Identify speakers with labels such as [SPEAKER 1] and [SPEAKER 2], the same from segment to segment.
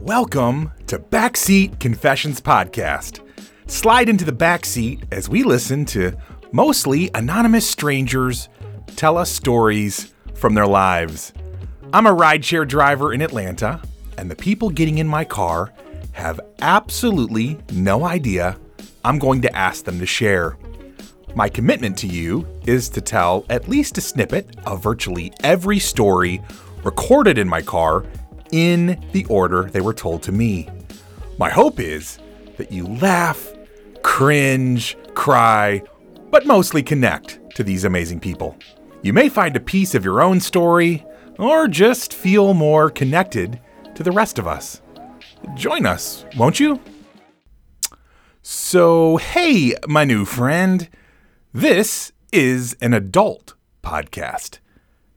[SPEAKER 1] Welcome to Backseat Confessions Podcast. Slide into the backseat as we listen to mostly anonymous strangers tell us stories from their lives. I'm a rideshare driver in Atlanta, and the people getting in my car have absolutely no idea I'm going to ask them to share. My commitment to you is to tell at least a snippet of virtually every story recorded in my car in the order they were told to me. My hope is that you laugh, cringe, cry, but mostly connect to these amazing people. You may find a piece of your own story or just feel more connected to the rest of us. Join us, won't you? So, hey, my new friend. This is an adult podcast.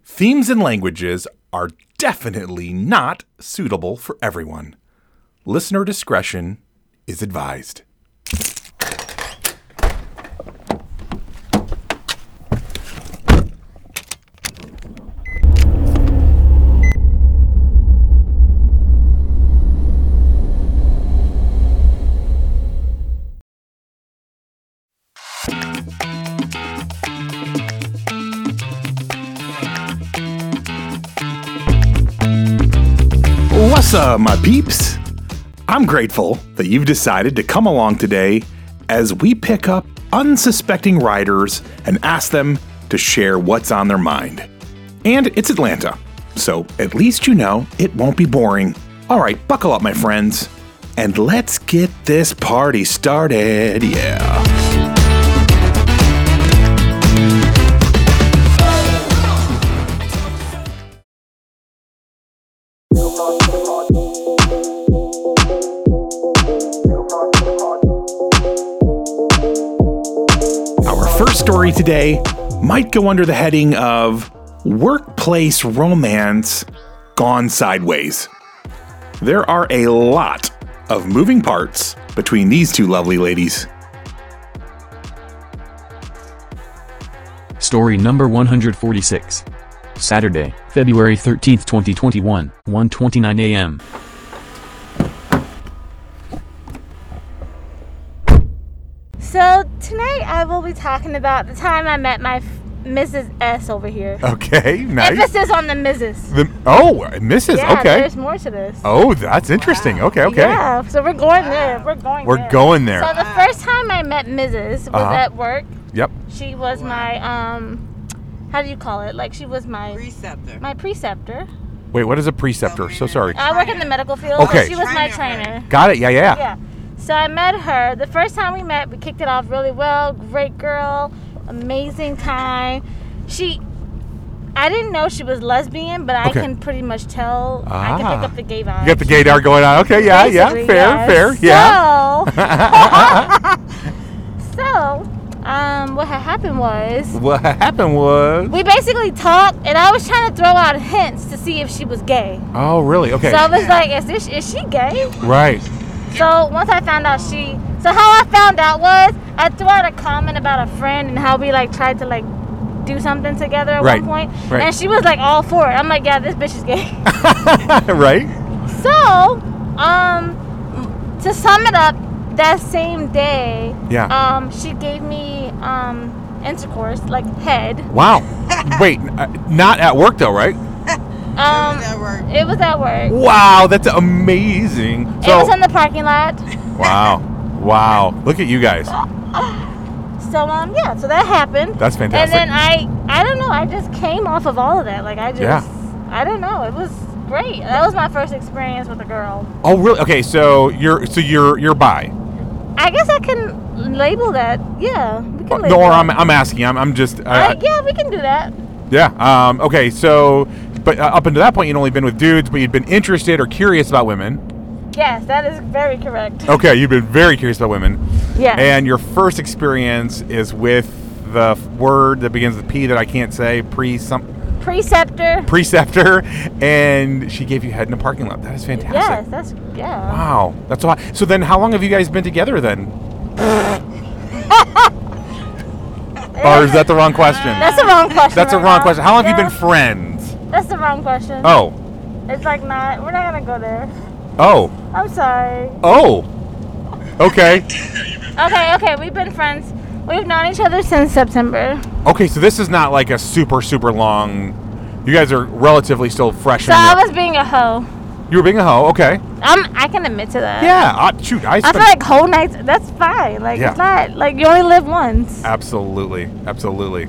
[SPEAKER 1] Themes and languages are definitely not suitable for everyone. Listener discretion is advised. What's up, my peeps? I'm grateful that you've decided to come along today as we pick up unsuspecting riders and ask them to share what's on their mind. And it's Atlanta, so at least you know it won't be boring. All right, buckle up, my friends, and let's get this party started. Yeah. Our first story today might go under the heading of Workplace Romance Gone Sideways. There are a lot of moving parts between these two lovely ladies.
[SPEAKER 2] Story number 146. Saturday, February 13, 2021, 1:29 a.m.
[SPEAKER 3] So tonight I will be talking about the time I met my f- Mrs. S over here.
[SPEAKER 1] Okay, nice.
[SPEAKER 3] Emphasis on the Mrs.
[SPEAKER 1] The, oh, Mrs.
[SPEAKER 3] Yeah,
[SPEAKER 1] okay.
[SPEAKER 3] there's more to this.
[SPEAKER 1] Oh, that's interesting. Okay, okay.
[SPEAKER 3] Yeah, so we're going there. We're going.
[SPEAKER 1] We're
[SPEAKER 3] there.
[SPEAKER 1] going there.
[SPEAKER 3] So the first time I met Mrs. was
[SPEAKER 1] Uh-huh.
[SPEAKER 3] at work.
[SPEAKER 1] Yep.
[SPEAKER 3] She was my um, how do you call it? Like she was my
[SPEAKER 4] preceptor.
[SPEAKER 3] my preceptor.
[SPEAKER 1] Wait, what is a preceptor? So sorry.
[SPEAKER 3] I work in the medical field.
[SPEAKER 1] Okay.
[SPEAKER 3] So she was my
[SPEAKER 4] Trainer.
[SPEAKER 3] trainer.
[SPEAKER 1] Got it. Yeah, yeah.
[SPEAKER 3] Um, Yeah. So I met her. The first time we met, we kicked it off really well. Great girl. Amazing time. She I didn't know she was lesbian, but
[SPEAKER 1] Okay.
[SPEAKER 3] I can pretty much tell I can
[SPEAKER 1] Ah.
[SPEAKER 3] pick up the gay vibe.
[SPEAKER 1] You got the gaydar going on. Okay, yeah, yeah.
[SPEAKER 3] Basically,
[SPEAKER 1] Fair, fair. Yeah.
[SPEAKER 3] So, so um what had happened was
[SPEAKER 1] what happened was.
[SPEAKER 3] we basically talked and I was trying to throw out hints to see if she was gay.
[SPEAKER 1] Oh, really? Okay.
[SPEAKER 3] So I was like, is this is she gay?
[SPEAKER 1] right.
[SPEAKER 3] So once I found out she, so how I found out was I threw out a comment about a friend and how we like tried to like do something together at
[SPEAKER 1] Right,
[SPEAKER 3] one point,
[SPEAKER 1] right.
[SPEAKER 3] and she was like all for it. I'm like, yeah, this bitch is gay.
[SPEAKER 1] right?
[SPEAKER 3] so, um, to sum it up, that same day,
[SPEAKER 1] Yeah.
[SPEAKER 3] um, she gave me um intercourse like head.
[SPEAKER 1] Wow. Wait, uh, not at work though, right?
[SPEAKER 3] Um,
[SPEAKER 4] That worked.
[SPEAKER 3] it was at work.
[SPEAKER 1] Wow, that's amazing.
[SPEAKER 3] it
[SPEAKER 1] So,
[SPEAKER 3] was in the parking lot.
[SPEAKER 1] wow, wow. Look at you guys.
[SPEAKER 3] So um, yeah, so that happened.
[SPEAKER 1] That's fantastic.
[SPEAKER 3] And then I, I don't know, I just came off of all of that. Like I just,
[SPEAKER 1] Yeah.
[SPEAKER 3] I don't know, it was great. That was my first experience with a girl.
[SPEAKER 1] oh, really? Okay, so you're so you're you're bi.
[SPEAKER 3] I guess I can label that. Yeah, we can label.
[SPEAKER 1] Or
[SPEAKER 3] that.
[SPEAKER 1] I'm, I'm asking. I'm, I'm just.
[SPEAKER 3] Uh,
[SPEAKER 1] I,
[SPEAKER 3] yeah, we can do that.
[SPEAKER 1] yeah. Um, okay. So, but uh, up until that point, you'd only been with dudes, but you'd been interested or curious about women.
[SPEAKER 3] Yes, that is very correct.
[SPEAKER 1] Okay, you've been very curious about women.
[SPEAKER 3] Yeah.
[SPEAKER 1] And your first experience is with the f- word that begins with P that I can't say. Pre some.
[SPEAKER 3] Preceptor.
[SPEAKER 1] preceptor, and she gave you head in a parking lot. That is
[SPEAKER 3] Yes,
[SPEAKER 1] fantastic.
[SPEAKER 3] that's yeah.
[SPEAKER 1] Wow, that's why. So then, how long have you guys been together then? Or is that the wrong question?
[SPEAKER 3] That's the wrong question.
[SPEAKER 1] That's a
[SPEAKER 3] right
[SPEAKER 1] wrong
[SPEAKER 3] now.
[SPEAKER 1] question. How long have you
[SPEAKER 3] Yeah,
[SPEAKER 1] been friends?
[SPEAKER 3] That's the wrong question.
[SPEAKER 1] Oh,
[SPEAKER 3] It's like not. We're not gonna go there.
[SPEAKER 1] Oh,
[SPEAKER 3] I'm sorry.
[SPEAKER 1] oh, okay,
[SPEAKER 3] Okay, okay, we've been friends. We've known each other since September.
[SPEAKER 1] okay. So this is not like a super super long. You guys are relatively still fresh.
[SPEAKER 3] So
[SPEAKER 1] in
[SPEAKER 3] I
[SPEAKER 1] your-
[SPEAKER 3] was being a hoe.
[SPEAKER 1] you were being a hoe. Okay.
[SPEAKER 3] Um, I can admit to that.
[SPEAKER 1] Yeah. I, shoot, I
[SPEAKER 3] I
[SPEAKER 1] spent
[SPEAKER 3] feel like whole nights. That's fine. Like
[SPEAKER 1] Yeah.
[SPEAKER 3] it's not like you only live once.
[SPEAKER 1] absolutely, absolutely.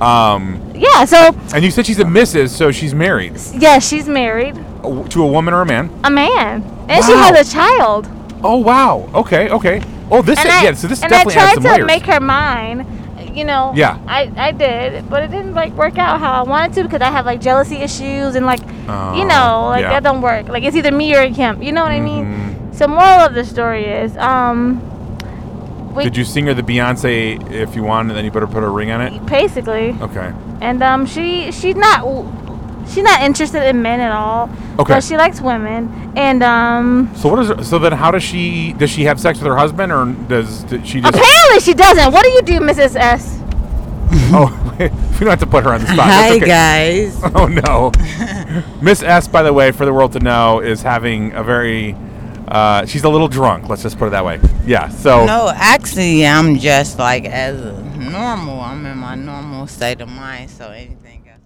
[SPEAKER 1] Um,
[SPEAKER 3] Yeah. So
[SPEAKER 1] and you said she's a missus, so she's married
[SPEAKER 3] yeah, she's married,
[SPEAKER 1] Uh, to a woman or a man.
[SPEAKER 3] a man, and she
[SPEAKER 1] Wow.
[SPEAKER 3] has a child.
[SPEAKER 1] Oh wow. Okay. Okay. Oh, this
[SPEAKER 3] And
[SPEAKER 1] is,
[SPEAKER 3] I,
[SPEAKER 1] yeah. So this
[SPEAKER 3] and
[SPEAKER 1] definitely
[SPEAKER 3] I tried
[SPEAKER 1] adds some
[SPEAKER 3] to
[SPEAKER 1] layers.
[SPEAKER 3] make her mine. You know.
[SPEAKER 1] Yeah.
[SPEAKER 3] I I did, but it didn't like work out how I wanted to because I have like jealousy issues and like
[SPEAKER 1] Oh,
[SPEAKER 3] you know like
[SPEAKER 1] yeah. Mm-hmm.
[SPEAKER 3] that don't work. Like it's either me or him. You know what I mean? So moral of the story is um. We
[SPEAKER 1] Did you sing her the Beyonce if you want, and then you better put a ring on it?
[SPEAKER 3] basically.
[SPEAKER 1] Okay.
[SPEAKER 3] and um, she she's not she's not interested in men at all.
[SPEAKER 1] Okay.
[SPEAKER 3] But she likes women, and um,
[SPEAKER 1] So what is? Her, so then, how does she? Does she have sex with her husband, or does did she just?
[SPEAKER 3] apparently she doesn't. What do you do, Mrs. S?
[SPEAKER 1] Oh, we don't have to put her on the spot. That's
[SPEAKER 4] Hi
[SPEAKER 1] okay.
[SPEAKER 4] guys.
[SPEAKER 1] Oh no, Miss S. By the way, for the world to know, is having a very. Uh, she's a little drunk. Let's just put it that way. Yeah. So.
[SPEAKER 4] No, actually, I'm just like as normal. I'm in my normal state of mind, so anything. Else.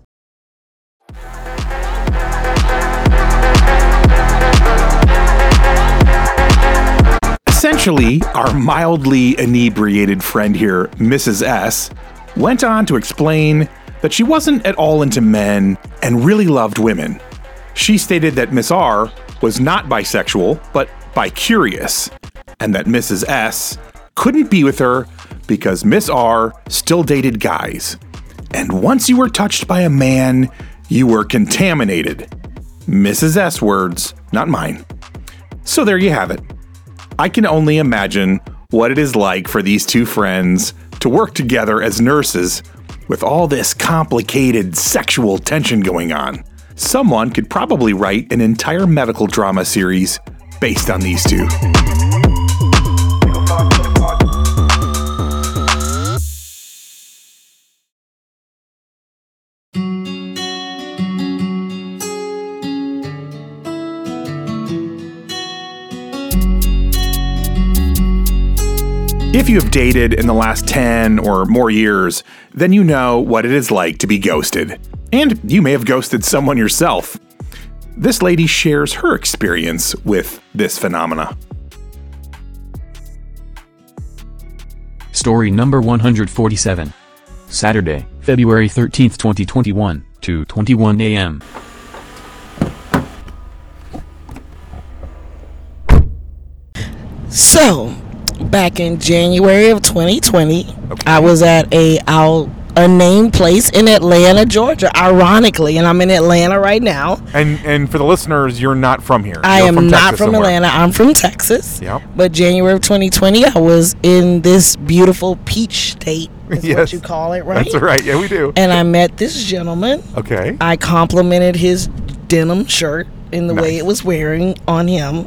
[SPEAKER 1] Essentially, our mildly inebriated friend here, Mrs. S, went on to explain that she wasn't at all into men and really loved women. She stated that Miss R was not bisexual, but bicurious, and that Mrs. S couldn't be with her because Miss R still dated guys. And once you were touched by a man, you were contaminated. Mrs. S words, not mine. So there you have it. I can only imagine what it is like for these two friends to work together as nurses with all this complicated sexual tension going on. Someone could probably write an entire medical drama series based on these two. If you have dated in the last 10 or more years, then you know what it is like to be ghosted. And you may have ghosted someone yourself. This lady shares her experience with this phenomena.
[SPEAKER 2] Story number 147. Saturday, February 13th, 2021, 2:21 a.m.
[SPEAKER 5] So, back in January of 2020, I was at a I'll, a named place in Atlanta, Georgia. Ironically, and I'm in Atlanta right now.
[SPEAKER 1] And and for the listeners, you're not from here.
[SPEAKER 5] I
[SPEAKER 1] You're
[SPEAKER 5] am not
[SPEAKER 1] Texas
[SPEAKER 5] from
[SPEAKER 1] somewhere.
[SPEAKER 5] Atlanta. I'm from Texas.
[SPEAKER 1] Yep.
[SPEAKER 5] But January of 2020, I was in this beautiful peach state. Is
[SPEAKER 1] Yes.
[SPEAKER 5] what you call it, right?
[SPEAKER 1] That's right. Yeah, we do.
[SPEAKER 5] And I met this gentleman.
[SPEAKER 1] Okay.
[SPEAKER 5] I complimented his denim shirt in the way
[SPEAKER 1] Nice.
[SPEAKER 5] it was wearing on him.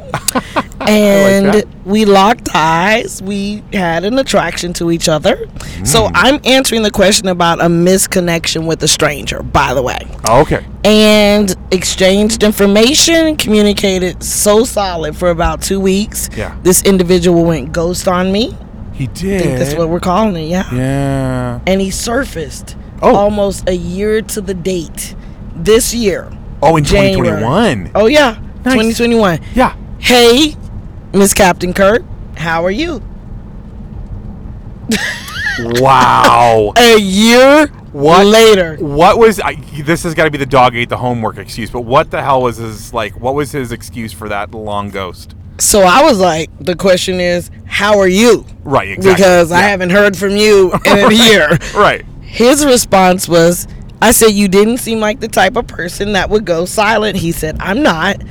[SPEAKER 5] and
[SPEAKER 1] that.
[SPEAKER 5] we locked eyes. We had an attraction to each other. So
[SPEAKER 1] Mm.
[SPEAKER 5] I'm answering the question about a misconnection with a stranger, by the way.
[SPEAKER 1] Oh, okay.
[SPEAKER 5] And exchanged information, communicated so solid for about two weeks.
[SPEAKER 1] Yeah.
[SPEAKER 5] This individual went ghost on me.
[SPEAKER 1] He
[SPEAKER 5] I
[SPEAKER 1] did.
[SPEAKER 5] think that's what we're calling it, yeah
[SPEAKER 1] yeah.
[SPEAKER 5] and he surfaced
[SPEAKER 1] Oh.
[SPEAKER 5] almost a year to the date this year.
[SPEAKER 1] Oh, in
[SPEAKER 5] January.
[SPEAKER 1] 2021.
[SPEAKER 5] Oh yeah,
[SPEAKER 1] Nice.
[SPEAKER 5] 2021.
[SPEAKER 1] Yeah.
[SPEAKER 5] Hey, Miss Captain Kirk, how are you?
[SPEAKER 1] Wow.
[SPEAKER 5] A year
[SPEAKER 1] What?
[SPEAKER 5] later,
[SPEAKER 1] What was I, this? Has got to be the dog ate the homework excuse. But what the hell was his like? What was his excuse for that long ghost?
[SPEAKER 5] so I was like, the question is, how are you?
[SPEAKER 1] Right. Exactly.
[SPEAKER 5] Because I
[SPEAKER 1] Yeah.
[SPEAKER 5] haven't heard from you in a year.
[SPEAKER 1] Right.
[SPEAKER 5] His response was, I said, You didn't seem like the type of person that would go silent. He said, I'm not.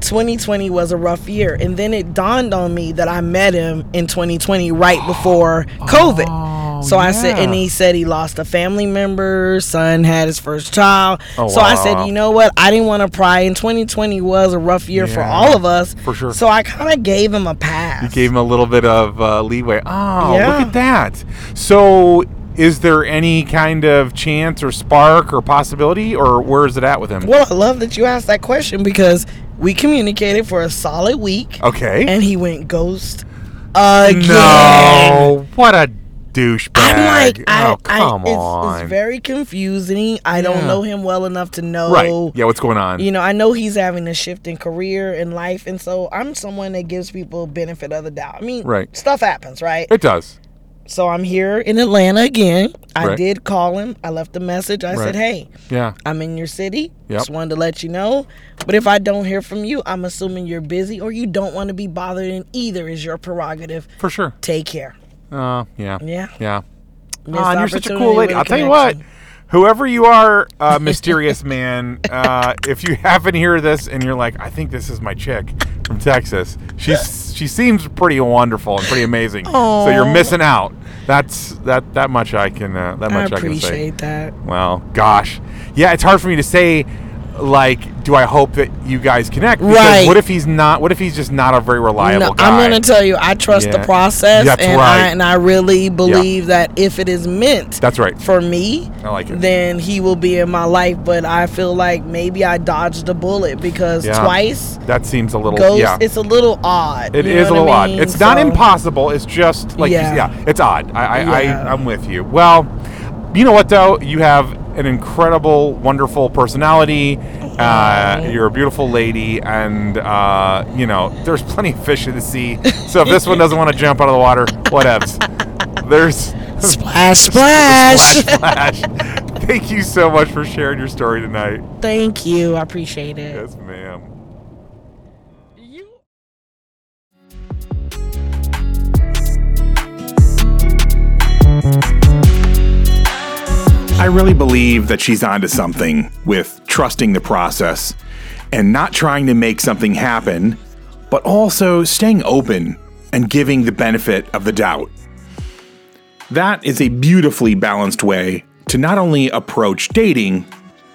[SPEAKER 5] 2020 was a rough year. And then it dawned on me that I met him in 2020, right before COVID. So I said,
[SPEAKER 1] Oh, yeah.
[SPEAKER 5] and he said he lost a family member, son had his first child.
[SPEAKER 1] Oh,
[SPEAKER 5] so I
[SPEAKER 1] wow.
[SPEAKER 5] said, you know what? I didn't want to pry. And 2020 was a rough year for
[SPEAKER 1] Yeah,
[SPEAKER 5] all of us.
[SPEAKER 1] for sure.
[SPEAKER 5] So I kind of gave him a pass.
[SPEAKER 1] You gave him a little bit of uh, leeway. Oh,
[SPEAKER 5] Yeah.
[SPEAKER 1] look at that. So. Is there any kind of chance or spark or possibility, or where is it at with him?
[SPEAKER 5] Well, I love that you asked that question because We communicated for a solid week,
[SPEAKER 1] Okay.
[SPEAKER 5] and he went ghost again.
[SPEAKER 1] no, what a douchebag!
[SPEAKER 5] I'm like, I,
[SPEAKER 1] oh, come
[SPEAKER 5] I,
[SPEAKER 1] on.
[SPEAKER 5] It's, it's very confusing. I don't
[SPEAKER 1] Yeah.
[SPEAKER 5] know him well enough to know.
[SPEAKER 1] right? Yeah, what's going on?
[SPEAKER 5] You know, I know he's having a shift in career and life, and so I'm someone that gives people benefit of the doubt. I mean,
[SPEAKER 1] Right.
[SPEAKER 5] stuff happens, right?
[SPEAKER 1] it does.
[SPEAKER 5] So I'm here in Atlanta again. I
[SPEAKER 1] Right.
[SPEAKER 5] did call him. I left a message. I
[SPEAKER 1] Right.
[SPEAKER 5] said, "Hey,
[SPEAKER 1] Yeah.
[SPEAKER 5] I'm in your city.
[SPEAKER 1] Yep.
[SPEAKER 5] Just wanted to let you know. But if I don't hear from you, I'm assuming you're busy or you don't want to be bothered, and either is your prerogative.
[SPEAKER 1] For sure.
[SPEAKER 5] Take care.
[SPEAKER 1] Uh, yeah.
[SPEAKER 5] Yeah.
[SPEAKER 1] Yeah.
[SPEAKER 5] Missed
[SPEAKER 1] Ah, and you're such a cool
[SPEAKER 5] opportunity
[SPEAKER 1] lady.
[SPEAKER 5] with
[SPEAKER 1] I'll tell you what.
[SPEAKER 5] connection.
[SPEAKER 1] Whoever you are, uh, mysterious man, uh, if you happen to hear this and you're like, I think this is my chick from Texas. She's she seems pretty wonderful and pretty amazing. So you're
[SPEAKER 5] Aw.
[SPEAKER 1] missing out. That's that that much I can uh, that
[SPEAKER 5] I
[SPEAKER 1] much I, can say.
[SPEAKER 5] appreciate that.
[SPEAKER 1] Well, gosh. Yeah, it's hard for me to say like do I hope that you guys connect? Because
[SPEAKER 5] Right.
[SPEAKER 1] what if he's not what if he's just not a very reliable
[SPEAKER 5] No,
[SPEAKER 1] guy?
[SPEAKER 5] I'm gonna tell you, I trust
[SPEAKER 1] Yeah.
[SPEAKER 5] the process,
[SPEAKER 1] That's
[SPEAKER 5] and
[SPEAKER 1] right.
[SPEAKER 5] I and I really believe that if it is meant
[SPEAKER 1] That's right.
[SPEAKER 5] for me,
[SPEAKER 1] I like it.
[SPEAKER 5] then he will be in my life. But I feel like maybe I dodged a bullet because
[SPEAKER 1] Yeah.
[SPEAKER 5] twice
[SPEAKER 1] That seems a little
[SPEAKER 5] goes.
[SPEAKER 1] yeah.
[SPEAKER 5] It's a little odd.
[SPEAKER 1] It
[SPEAKER 5] you
[SPEAKER 1] is a
[SPEAKER 5] know what
[SPEAKER 1] little
[SPEAKER 5] I
[SPEAKER 1] odd.
[SPEAKER 5] mean?
[SPEAKER 1] It's not
[SPEAKER 5] So-
[SPEAKER 1] impossible. It's just like yeah,
[SPEAKER 5] Yeah.
[SPEAKER 1] yeah it's odd. I, I, I
[SPEAKER 5] Yeah.
[SPEAKER 1] I'm with you. Well, you know what though, you have an incredible, wonderful personality. Uh, you're a beautiful lady, and uh, you know there's plenty of fish in the sea. So if this one doesn't want to jump out of the water, whatevs. There's
[SPEAKER 5] Splash,
[SPEAKER 1] splash,
[SPEAKER 5] splash.
[SPEAKER 1] splash. Thank you so much for sharing your story tonight.
[SPEAKER 5] Thank you. I appreciate it.
[SPEAKER 1] Yes, ma'am. I really believe that she's onto something with trusting the process and not trying to make something happen, but also staying open and giving the benefit of the doubt. That is a beautifully balanced way to not only approach dating,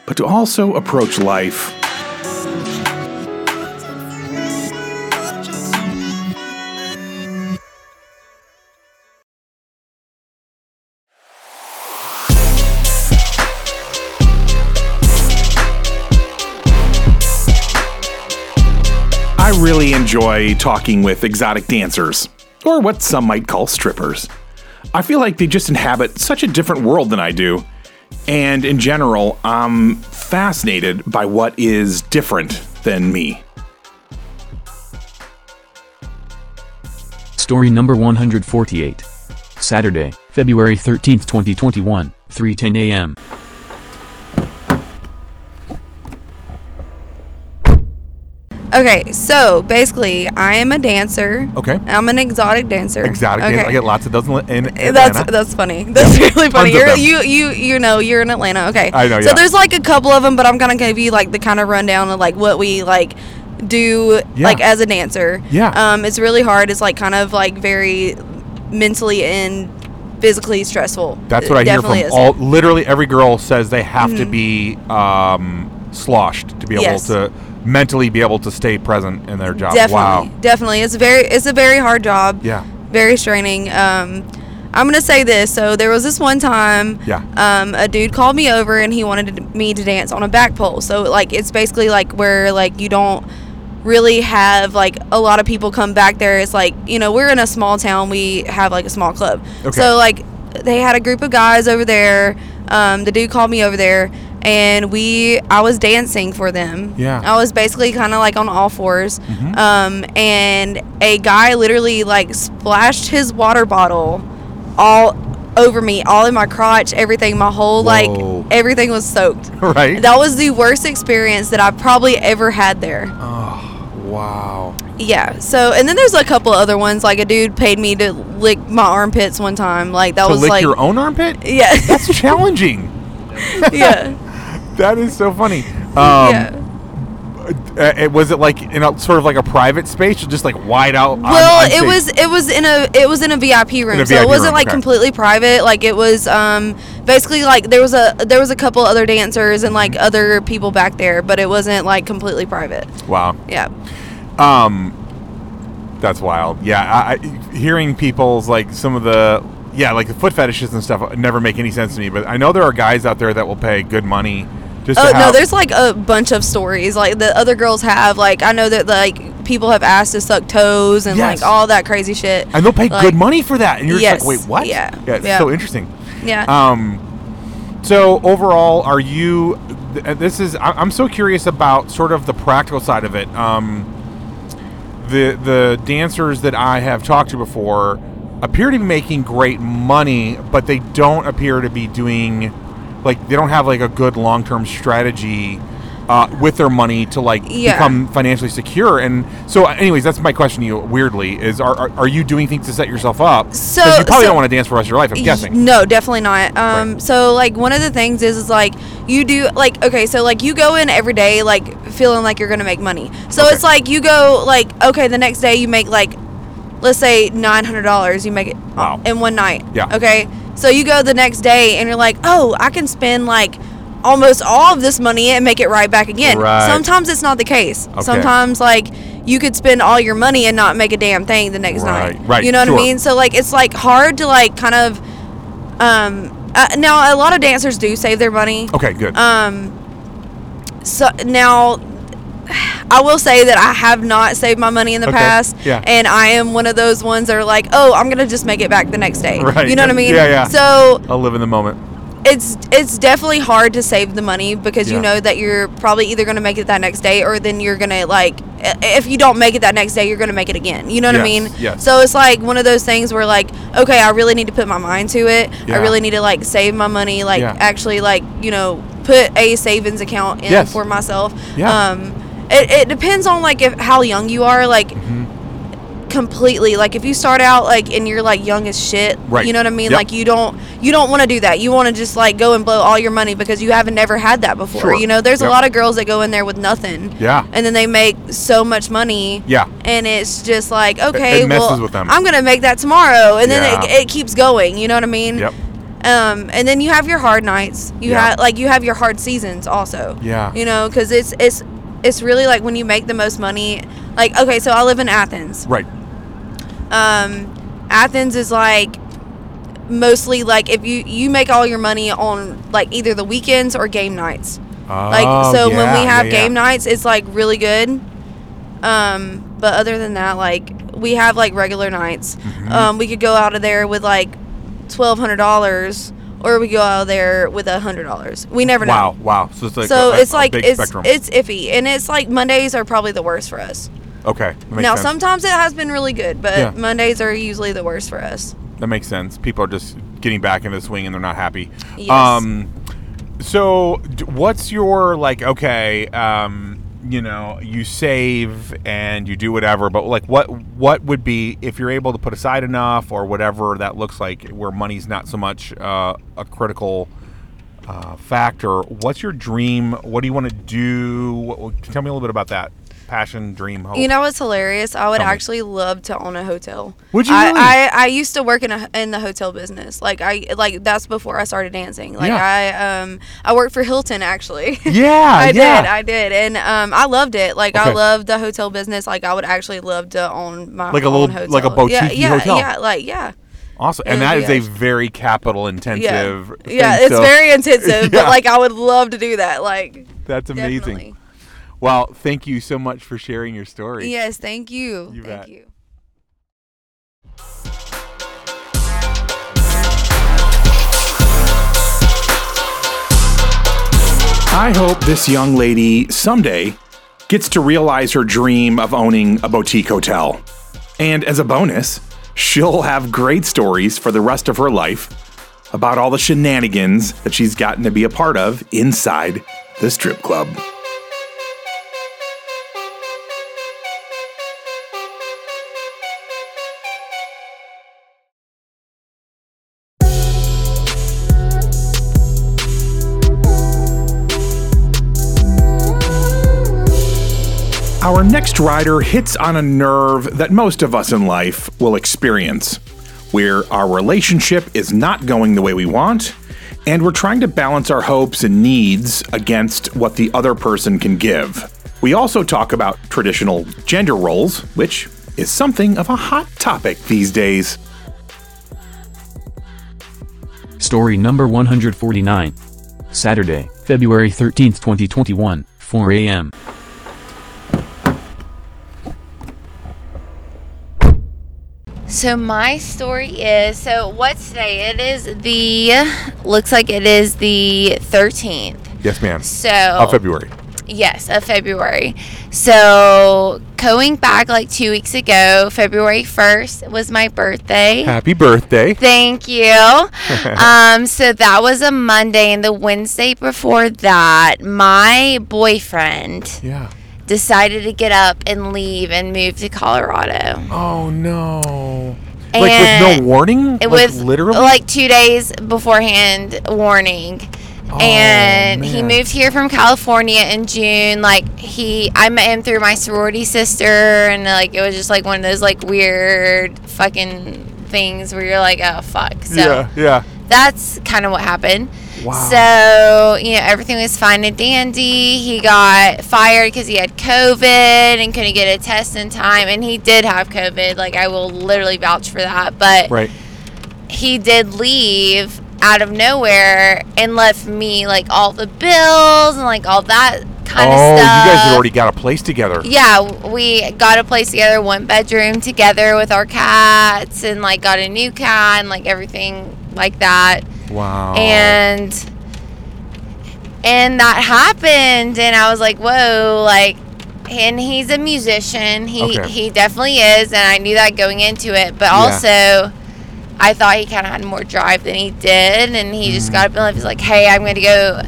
[SPEAKER 1] but to also approach life. I really enjoy talking with exotic dancers, or what some might call strippers. I feel like they just inhabit such a different world than I do, and in general, I'm fascinated by what is different than me.
[SPEAKER 2] Story number 148. Saturday, February 13th, 2021, 3:10 a.m.
[SPEAKER 6] Okay, so basically, I am a dancer.
[SPEAKER 1] Okay.
[SPEAKER 6] I'm an exotic dancer.
[SPEAKER 1] Exotic
[SPEAKER 6] Okay.
[SPEAKER 1] dancers. I get lots of those in, in
[SPEAKER 6] That's
[SPEAKER 1] Atlanta.
[SPEAKER 6] that's funny. That's really funny.
[SPEAKER 1] Tons of
[SPEAKER 6] You're,
[SPEAKER 1] them.
[SPEAKER 6] you you you know you're in Atlanta. Okay.
[SPEAKER 1] I know,
[SPEAKER 6] So
[SPEAKER 1] yeah.
[SPEAKER 6] there's like a couple of them, but I'm gonna give you like the kind of rundown of like what we like do
[SPEAKER 1] Yeah.
[SPEAKER 6] like as a dancer.
[SPEAKER 1] Yeah.
[SPEAKER 6] Um, it's really hard. It's like kind of like very mentally and physically stressful.
[SPEAKER 1] That's
[SPEAKER 6] It
[SPEAKER 1] what I hear from
[SPEAKER 6] definitely is. Hmm.
[SPEAKER 1] all. Literally every girl says they have to be um, sloshed to be able
[SPEAKER 6] Yes.
[SPEAKER 1] to mentally be able to stay present in their job.
[SPEAKER 6] Definitely,
[SPEAKER 1] Wow.
[SPEAKER 6] definitely. It's very it's a very hard job.
[SPEAKER 1] Yeah.
[SPEAKER 6] very straining. Um, I'm gonna say this. So there was this one time.
[SPEAKER 1] Yeah.
[SPEAKER 6] Um, a dude called me over and he wanted to- me to dance on a back pole. So like it's basically like where like you don't really have like a lot of people come back there. It's like you know we're in a small town. We have like a small club.
[SPEAKER 1] Okay.
[SPEAKER 6] So like they had a group of guys over there. Um, the dude called me over there and we I was dancing for them.
[SPEAKER 1] Yeah. Mm-hmm.
[SPEAKER 6] I was basically kind of like on all 4s Um, and a guy literally like splashed his water bottle all over me, all in my crotch, everything, my whole
[SPEAKER 1] Whoa.
[SPEAKER 6] like everything was soaked.
[SPEAKER 1] Right.
[SPEAKER 6] That was the worst experience that I probably ever had there.
[SPEAKER 1] Oh, wow.
[SPEAKER 6] Yeah. So, and then there's a couple other ones. Like a dude paid me to lick my armpits one time. Like that
[SPEAKER 1] To
[SPEAKER 6] was
[SPEAKER 1] lick
[SPEAKER 6] like
[SPEAKER 1] your own armpit?
[SPEAKER 6] yeah,
[SPEAKER 1] That's challenging.
[SPEAKER 6] yeah.
[SPEAKER 1] That is so funny. Um,
[SPEAKER 6] yeah.
[SPEAKER 1] uh, it, was it like in a sort of like a private space, or just like wide out? on-
[SPEAKER 6] Well,
[SPEAKER 1] on
[SPEAKER 6] it
[SPEAKER 1] stage?
[SPEAKER 6] was it was in a it was in a VIP room,
[SPEAKER 1] a
[SPEAKER 6] so
[SPEAKER 1] VIP
[SPEAKER 6] it wasn't
[SPEAKER 1] room,
[SPEAKER 6] like
[SPEAKER 1] okay.
[SPEAKER 6] completely private. Like it was um, basically like there was a there was a couple other dancers and like other people back there, but it wasn't like completely private.
[SPEAKER 1] wow.
[SPEAKER 6] Yeah,
[SPEAKER 1] Um, that's wild. Yeah, I, I, hearing people's like some of the yeah like the foot fetishes and stuff never make any sense to me. But I know there are guys out there that will pay good money Just
[SPEAKER 6] Oh
[SPEAKER 1] to
[SPEAKER 6] no,
[SPEAKER 1] have-
[SPEAKER 6] there's like a bunch of stories like the other girls have. Like I know that like people have asked to suck toes and
[SPEAKER 1] Yes.
[SPEAKER 6] like all that crazy shit.
[SPEAKER 1] and they'll pay
[SPEAKER 6] Like,
[SPEAKER 1] good money for that. And you're just like,
[SPEAKER 6] Yes.
[SPEAKER 1] wait, what?
[SPEAKER 6] Yeah.
[SPEAKER 1] yeah, it's
[SPEAKER 6] Yeah.
[SPEAKER 1] so interesting.
[SPEAKER 6] Yeah.
[SPEAKER 1] Um, so overall, are you? th- and This is. I- I'm so curious about sort of the practical side of it. Um, the the dancers that I have talked to before appear to be making great money, but they don't appear to be doing like they don't have like a good long term strategy. Uh, with their money to like
[SPEAKER 6] Yeah.
[SPEAKER 1] become financially secure, and so, anyways, that's my question to you. Weirdly, is are, are, are you doing things to set yourself up? 'Cause
[SPEAKER 6] So-
[SPEAKER 1] you probably
[SPEAKER 6] so-
[SPEAKER 1] don't want to dance for the rest of your life. I'm
[SPEAKER 6] Y-
[SPEAKER 1] guessing.
[SPEAKER 6] No, definitely not. Um,
[SPEAKER 1] Right.
[SPEAKER 6] so like one of the things is is like you do like okay, so like you go in every day like feeling like you're gonna make money. So
[SPEAKER 1] Okay.
[SPEAKER 6] it's like you go like okay, the next day you make like let's say nine hundred dollars, you make it
[SPEAKER 1] Wow.
[SPEAKER 6] in one night.
[SPEAKER 1] Yeah.
[SPEAKER 6] Okay. So you go the next day and you're like, oh, I can spend like almost all of this money and make it right back again.
[SPEAKER 1] Right.
[SPEAKER 6] Sometimes it's not the case. Sometimes like you could spend all your money and not make a damn thing the next
[SPEAKER 1] Right,
[SPEAKER 6] night.
[SPEAKER 1] right,
[SPEAKER 6] You know what
[SPEAKER 1] sure.
[SPEAKER 6] I mean? So like it's like hard to like kind of um uh, now a lot of dancers do save their money.
[SPEAKER 1] Okay, good.
[SPEAKER 6] Um so now I will say that I have not saved my money in the
[SPEAKER 1] Okay,
[SPEAKER 6] past
[SPEAKER 1] yeah.
[SPEAKER 6] and I am one of those ones that are like, "Oh, I'm going to just make it back the next day."
[SPEAKER 1] Right,
[SPEAKER 6] You know what I
[SPEAKER 1] yeah,
[SPEAKER 6] mean?
[SPEAKER 1] yeah, yeah.
[SPEAKER 6] So
[SPEAKER 1] I'll live in the moment.
[SPEAKER 6] it's it's definitely hard to save the money because
[SPEAKER 1] Yeah.
[SPEAKER 6] you know that you're probably either going to make it that next day or then you're going to like i- if you don't make it that next day you're going to make it again you know what
[SPEAKER 1] Yes,
[SPEAKER 6] i mean
[SPEAKER 1] yes.
[SPEAKER 6] so it's like one of those things where like okay i really need to put my mind to it
[SPEAKER 1] Yeah.
[SPEAKER 6] i really need to like save my money like
[SPEAKER 1] Yeah.
[SPEAKER 6] actually like you know put a savings account in
[SPEAKER 1] Yes.
[SPEAKER 6] for myself
[SPEAKER 1] Yeah.
[SPEAKER 6] um it, it depends on like if how young you are like completely like if you start out like and you're like young as shit
[SPEAKER 1] Right.
[SPEAKER 6] you know what i mean
[SPEAKER 1] Yep.
[SPEAKER 6] like you don't you don't want to do that you want to just like go and blow all your money because you haven't never had that before
[SPEAKER 1] Sure.
[SPEAKER 6] you know there's
[SPEAKER 1] Yep.
[SPEAKER 6] a lot of girls that go in there with nothing
[SPEAKER 1] Yeah.
[SPEAKER 6] and then they make so much money
[SPEAKER 1] Yeah.
[SPEAKER 6] and it's just like okay
[SPEAKER 1] messes
[SPEAKER 6] well
[SPEAKER 1] with them.
[SPEAKER 6] i'm gonna make that tomorrow and then
[SPEAKER 1] Yeah.
[SPEAKER 6] it, it keeps going you know what i mean
[SPEAKER 1] Yep.
[SPEAKER 6] um and then you have your hard nights you
[SPEAKER 1] Yeah.
[SPEAKER 6] have like you have your hard seasons also
[SPEAKER 1] Yeah.
[SPEAKER 6] you know because it's it's it's really like when you make the most money like okay so i live in athens
[SPEAKER 1] Right.
[SPEAKER 6] um, Athens is like mostly like if you you make all your money on like either the weekends or game nights. Like
[SPEAKER 1] Oh,
[SPEAKER 6] so when we have game nights, it's like really good. Um, but other than that, like we have like regular nights.
[SPEAKER 1] Mm-hmm.
[SPEAKER 6] Um, we could go out of there with like twelve hundred dollars, or we go out of there with a hundred dollars. We never know.
[SPEAKER 1] Wow. Wow. So it's like
[SPEAKER 6] so
[SPEAKER 1] a, a-
[SPEAKER 6] it's
[SPEAKER 1] a
[SPEAKER 6] like
[SPEAKER 1] big
[SPEAKER 6] it's
[SPEAKER 1] spectrum.
[SPEAKER 6] it's iffy, and it's like Mondays are probably the worst for us.
[SPEAKER 1] okay. That makes
[SPEAKER 6] Now,
[SPEAKER 1] sense.
[SPEAKER 6] sometimes it has been really good, but
[SPEAKER 1] Yeah.
[SPEAKER 6] Mondays are usually the worst for us.
[SPEAKER 1] that makes sense. People are just getting back into the swing and they're not happy.
[SPEAKER 6] Yes.
[SPEAKER 1] Um, so d- what's your like? Okay. Um, you know, you save and you do whatever, but like, what what would be if you're able to put aside enough or whatever that looks like, where money's not so much uh, a critical uh, factor. What's your dream? What do you want to do? What, what, tell me a little bit about that passion, dream, hope.
[SPEAKER 6] You know what's hilarious? I would
[SPEAKER 1] Oh. Tell me.
[SPEAKER 6] actually love to own a hotel.
[SPEAKER 1] Would you
[SPEAKER 6] I,
[SPEAKER 1] really?
[SPEAKER 6] I, I used to work in a, in the hotel business. Like I like that's before I started dancing. Like I um I worked for Hilton actually.
[SPEAKER 1] Yeah,
[SPEAKER 6] I
[SPEAKER 1] yeah.
[SPEAKER 6] did. I did. And um I loved it. Like I
[SPEAKER 1] Okay.
[SPEAKER 6] loved the hotel business. Like I would actually love to own my
[SPEAKER 1] Like a
[SPEAKER 6] own
[SPEAKER 1] little-
[SPEAKER 6] hotel.
[SPEAKER 1] like a
[SPEAKER 6] yeah,
[SPEAKER 1] boutique-y
[SPEAKER 6] yeah,
[SPEAKER 1] hotel.
[SPEAKER 6] Yeah, like yeah.
[SPEAKER 1] Awesome. And
[SPEAKER 6] It would
[SPEAKER 1] that
[SPEAKER 6] be
[SPEAKER 1] is a
[SPEAKER 6] us.
[SPEAKER 1] very capital intensive.
[SPEAKER 6] yeah. Yeah,
[SPEAKER 1] thing,
[SPEAKER 6] it's
[SPEAKER 1] so
[SPEAKER 6] very intensive,
[SPEAKER 1] Yeah.
[SPEAKER 6] but like I would love to do that. Like
[SPEAKER 1] That's amazing.
[SPEAKER 6] definitely.
[SPEAKER 1] Well, thank you so much for sharing your story.
[SPEAKER 6] Yes, thank you.
[SPEAKER 1] You
[SPEAKER 6] thank
[SPEAKER 1] bet.
[SPEAKER 6] you.
[SPEAKER 1] I hope this young lady someday gets to realize her dream of owning a boutique hotel. And as a bonus, she'll have great stories for the rest of her life about all the shenanigans that she's gotten to be a part of inside the strip club. Our next rider hits on a nerve that most of us in life will experience, where our relationship is not going the way we want, and we're trying to balance our hopes and needs against what the other person can give. We also talk about traditional gender roles, which is something of a hot topic these days.
[SPEAKER 2] Story number 149. Saturday, February 13th, 2021, 4 a.m.
[SPEAKER 7] So my story is so what's today? It is the looks like it is the 13th.
[SPEAKER 8] Yes, ma'am.
[SPEAKER 7] So
[SPEAKER 8] Of February.
[SPEAKER 7] yes, of February. So going back like 2 weeks ago, February 1st was my birthday.
[SPEAKER 8] Happy birthday.
[SPEAKER 7] Thank you. um, so that was a Monday, and the Wednesday before that, my boyfriend
[SPEAKER 8] Yeah.
[SPEAKER 7] decided to get up and leave and move to Colorado.
[SPEAKER 8] Oh no. like with
[SPEAKER 7] And
[SPEAKER 8] no warning?
[SPEAKER 7] It
[SPEAKER 8] Like,
[SPEAKER 7] was
[SPEAKER 8] literally
[SPEAKER 7] like two days beforehand warning. and he
[SPEAKER 8] Oh, man.
[SPEAKER 7] moved here from California in June. Like he, I met him through my sorority sister, and like it was just like one of those like weird fucking things where you're like, oh fuck. So
[SPEAKER 8] Yeah, yeah.
[SPEAKER 7] that's kind of what happened.
[SPEAKER 8] Wow.
[SPEAKER 7] So, you know, everything was fine and dandy. He got fired because he had COVID and couldn't get a test in time. And he did have COVID. Like, I will literally vouch for that. But
[SPEAKER 8] Right.
[SPEAKER 7] he did leave out of nowhere and left me, like, all the bills and, like, all that kind
[SPEAKER 8] oh,
[SPEAKER 7] of
[SPEAKER 8] you
[SPEAKER 7] stuff.
[SPEAKER 8] guys had already got a place together.
[SPEAKER 7] Yeah, w- we got a place together, one bedroom together with our cats, and like got a new cat and like everything like that
[SPEAKER 8] Wow.
[SPEAKER 7] and and that happened and i was like whoa like and he's a musician he
[SPEAKER 8] Okay.
[SPEAKER 7] he definitely is and i knew that going into it but also i thought he kind of had more drive than he did and he just got up and left he's like hey i'm gonna go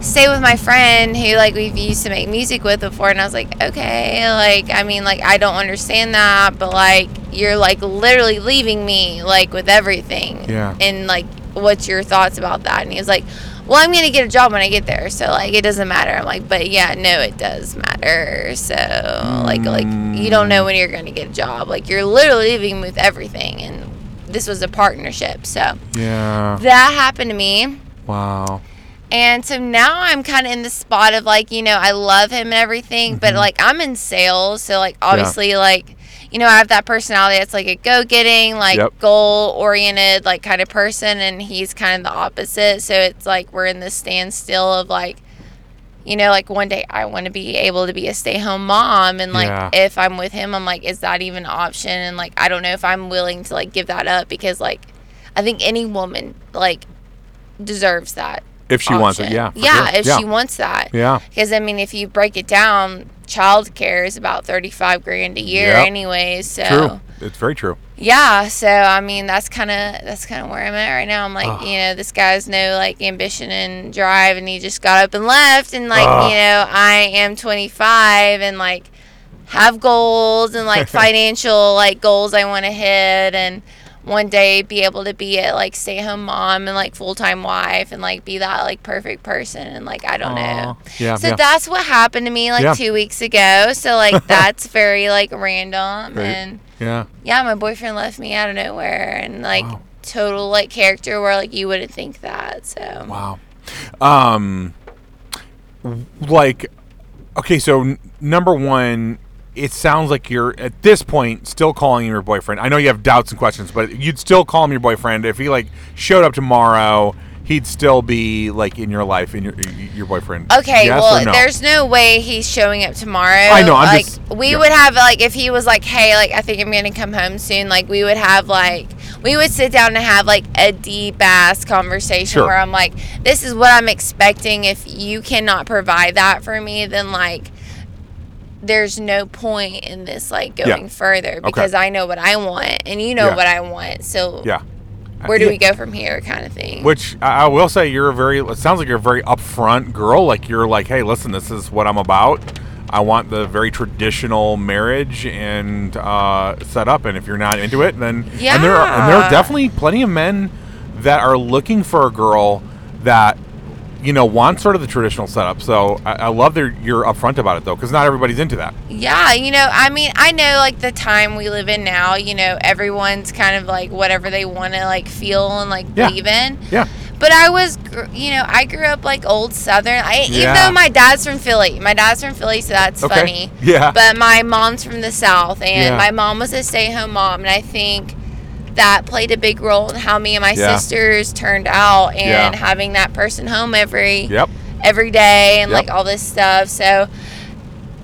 [SPEAKER 7] stay with my friend who like we've used to make music with before and i was like okay like i mean like i don't understand that but like you're like literally leaving me like with everything
[SPEAKER 8] Yeah.
[SPEAKER 7] and like what's your thoughts about that and he was like well i'm gonna get a job when i get there so like it doesn't matter i'm like but yeah no it does matter so like like you don't know when you're gonna get a job like you're literally leaving with everything and this was a partnership so
[SPEAKER 8] Yeah.
[SPEAKER 7] that happened to me
[SPEAKER 8] Wow.
[SPEAKER 7] and so now I'm kind of in the spot of like, you know, I love him and everything,
[SPEAKER 8] Mm-hmm.
[SPEAKER 7] but like I'm in sales. So, like, obviously, like, you know, I have that personality that's like a go getting, like
[SPEAKER 8] Yep.
[SPEAKER 7] goal oriented, like kind of person. And he's kind of the opposite. So it's like we're in this standstill of like, you know, like one day I want to be able to be a stay home mom. And like,
[SPEAKER 8] Yeah.
[SPEAKER 7] if I'm with him, I'm like, is that even an option? And like, I don't know if I'm willing to like give that up because like, I think any woman like deserves that
[SPEAKER 8] If she wants it,
[SPEAKER 7] option.
[SPEAKER 8] yeah. for
[SPEAKER 7] yeah,
[SPEAKER 8] sure.
[SPEAKER 7] if she wants that.
[SPEAKER 8] Yeah.
[SPEAKER 7] Because I mean, if you break it down, childcare is about thirty-five grand a year,
[SPEAKER 8] Yep.
[SPEAKER 7] anyways. So
[SPEAKER 8] True. It's very true.
[SPEAKER 7] yeah, so I mean, that's kind of that's kind of where I'm at right now. I'm like, you know, this guy's no like ambition and drive, and he just got up and left, and like,
[SPEAKER 8] Ugh.
[SPEAKER 7] you know, I am 25 and like have goals and like financial like goals I want to hit, and one day be able to be a like stay-at-home mom and like full-time wife, and like be that like perfect person, and like I don't know.
[SPEAKER 8] Yeah.
[SPEAKER 7] So
[SPEAKER 8] yeah.
[SPEAKER 7] that's what happened to me like
[SPEAKER 8] Yeah.
[SPEAKER 7] two weeks ago. So like that's very like random
[SPEAKER 8] Right.
[SPEAKER 7] and
[SPEAKER 8] yeah.
[SPEAKER 7] yeah, my boyfriend left me out of nowhere and like
[SPEAKER 8] Wow.
[SPEAKER 7] total like character where like you wouldn't think that. So
[SPEAKER 8] Wow. Um like okay, so n- number 1, it sounds like you're at this point still calling him your boyfriend. I know you have doubts and questions, but you'd still call him your boyfriend if he like showed up tomorrow. He'd still be like in your life, in your your boyfriend.
[SPEAKER 7] okay,
[SPEAKER 8] Yes
[SPEAKER 7] well
[SPEAKER 8] or no?
[SPEAKER 7] there's no way he's showing up tomorrow.
[SPEAKER 8] I know, I'm
[SPEAKER 7] like
[SPEAKER 8] just-
[SPEAKER 7] we
[SPEAKER 8] yeah.
[SPEAKER 7] would have like if he was like, Hey, like I think I'm gonna come home soon, like we would have like we would sit down and have like a deep ass conversation
[SPEAKER 8] Sure.
[SPEAKER 7] where I'm like, This is what I'm expecting. If you cannot provide that for me, then like there's no point in this like
[SPEAKER 8] Yeah.
[SPEAKER 7] going further because I know what I want and you know
[SPEAKER 8] Yeah.
[SPEAKER 7] what I want. So
[SPEAKER 8] yeah.
[SPEAKER 7] where do
[SPEAKER 8] Yeah.
[SPEAKER 7] we go from here kind of thing
[SPEAKER 8] Which I I will say, you're a very. It sounds like you're a very upfront girl. Like you're like, hey, listen, this is what I'm about. I want the very traditional marriage and uh, set up. And if you're not into it, then and there are, and there are
[SPEAKER 7] Yeah.
[SPEAKER 8] definitely plenty of men that are looking for a girl that you know wants sort of the traditional setup. So I, I love that you're upfront about it though, because not everybody's into that.
[SPEAKER 7] yeah you know i mean i know like the time we live in now you know everyone's kind of like whatever they want to like feel and like
[SPEAKER 8] Yeah.
[SPEAKER 7] believe in
[SPEAKER 8] Yeah.
[SPEAKER 7] but i was gr- you know i grew up like old southern i even
[SPEAKER 8] Yeah.
[SPEAKER 7] though my dad's from philly my dad's from philly so that's
[SPEAKER 8] Okay.
[SPEAKER 7] funny
[SPEAKER 8] Yeah.
[SPEAKER 7] but my mom's from the south and
[SPEAKER 8] Yeah.
[SPEAKER 7] my mom was a stay-at-home mom and i think think that played a big role in how me and my
[SPEAKER 8] Yeah.
[SPEAKER 7] sisters turned out and
[SPEAKER 8] Yeah.
[SPEAKER 7] having that person home every
[SPEAKER 8] Yep.
[SPEAKER 7] every day and
[SPEAKER 8] Yep.
[SPEAKER 7] like all this stuff. So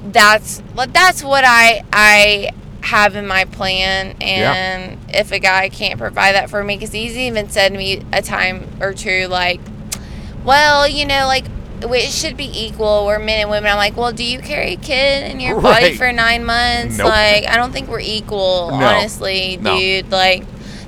[SPEAKER 7] that's like, that's what I I have in my plan. And if a guy can't provide that for me, because he's even said to me a time or two like, well, you know, like. It should be equal. We're men and women. I'm like, well, do you carry a kid in your body
[SPEAKER 8] Right.
[SPEAKER 7] for nine months?
[SPEAKER 8] Nope.
[SPEAKER 7] Like, I don't think we're equal,
[SPEAKER 8] No.
[SPEAKER 7] honestly,
[SPEAKER 8] No.
[SPEAKER 7] dude. Like,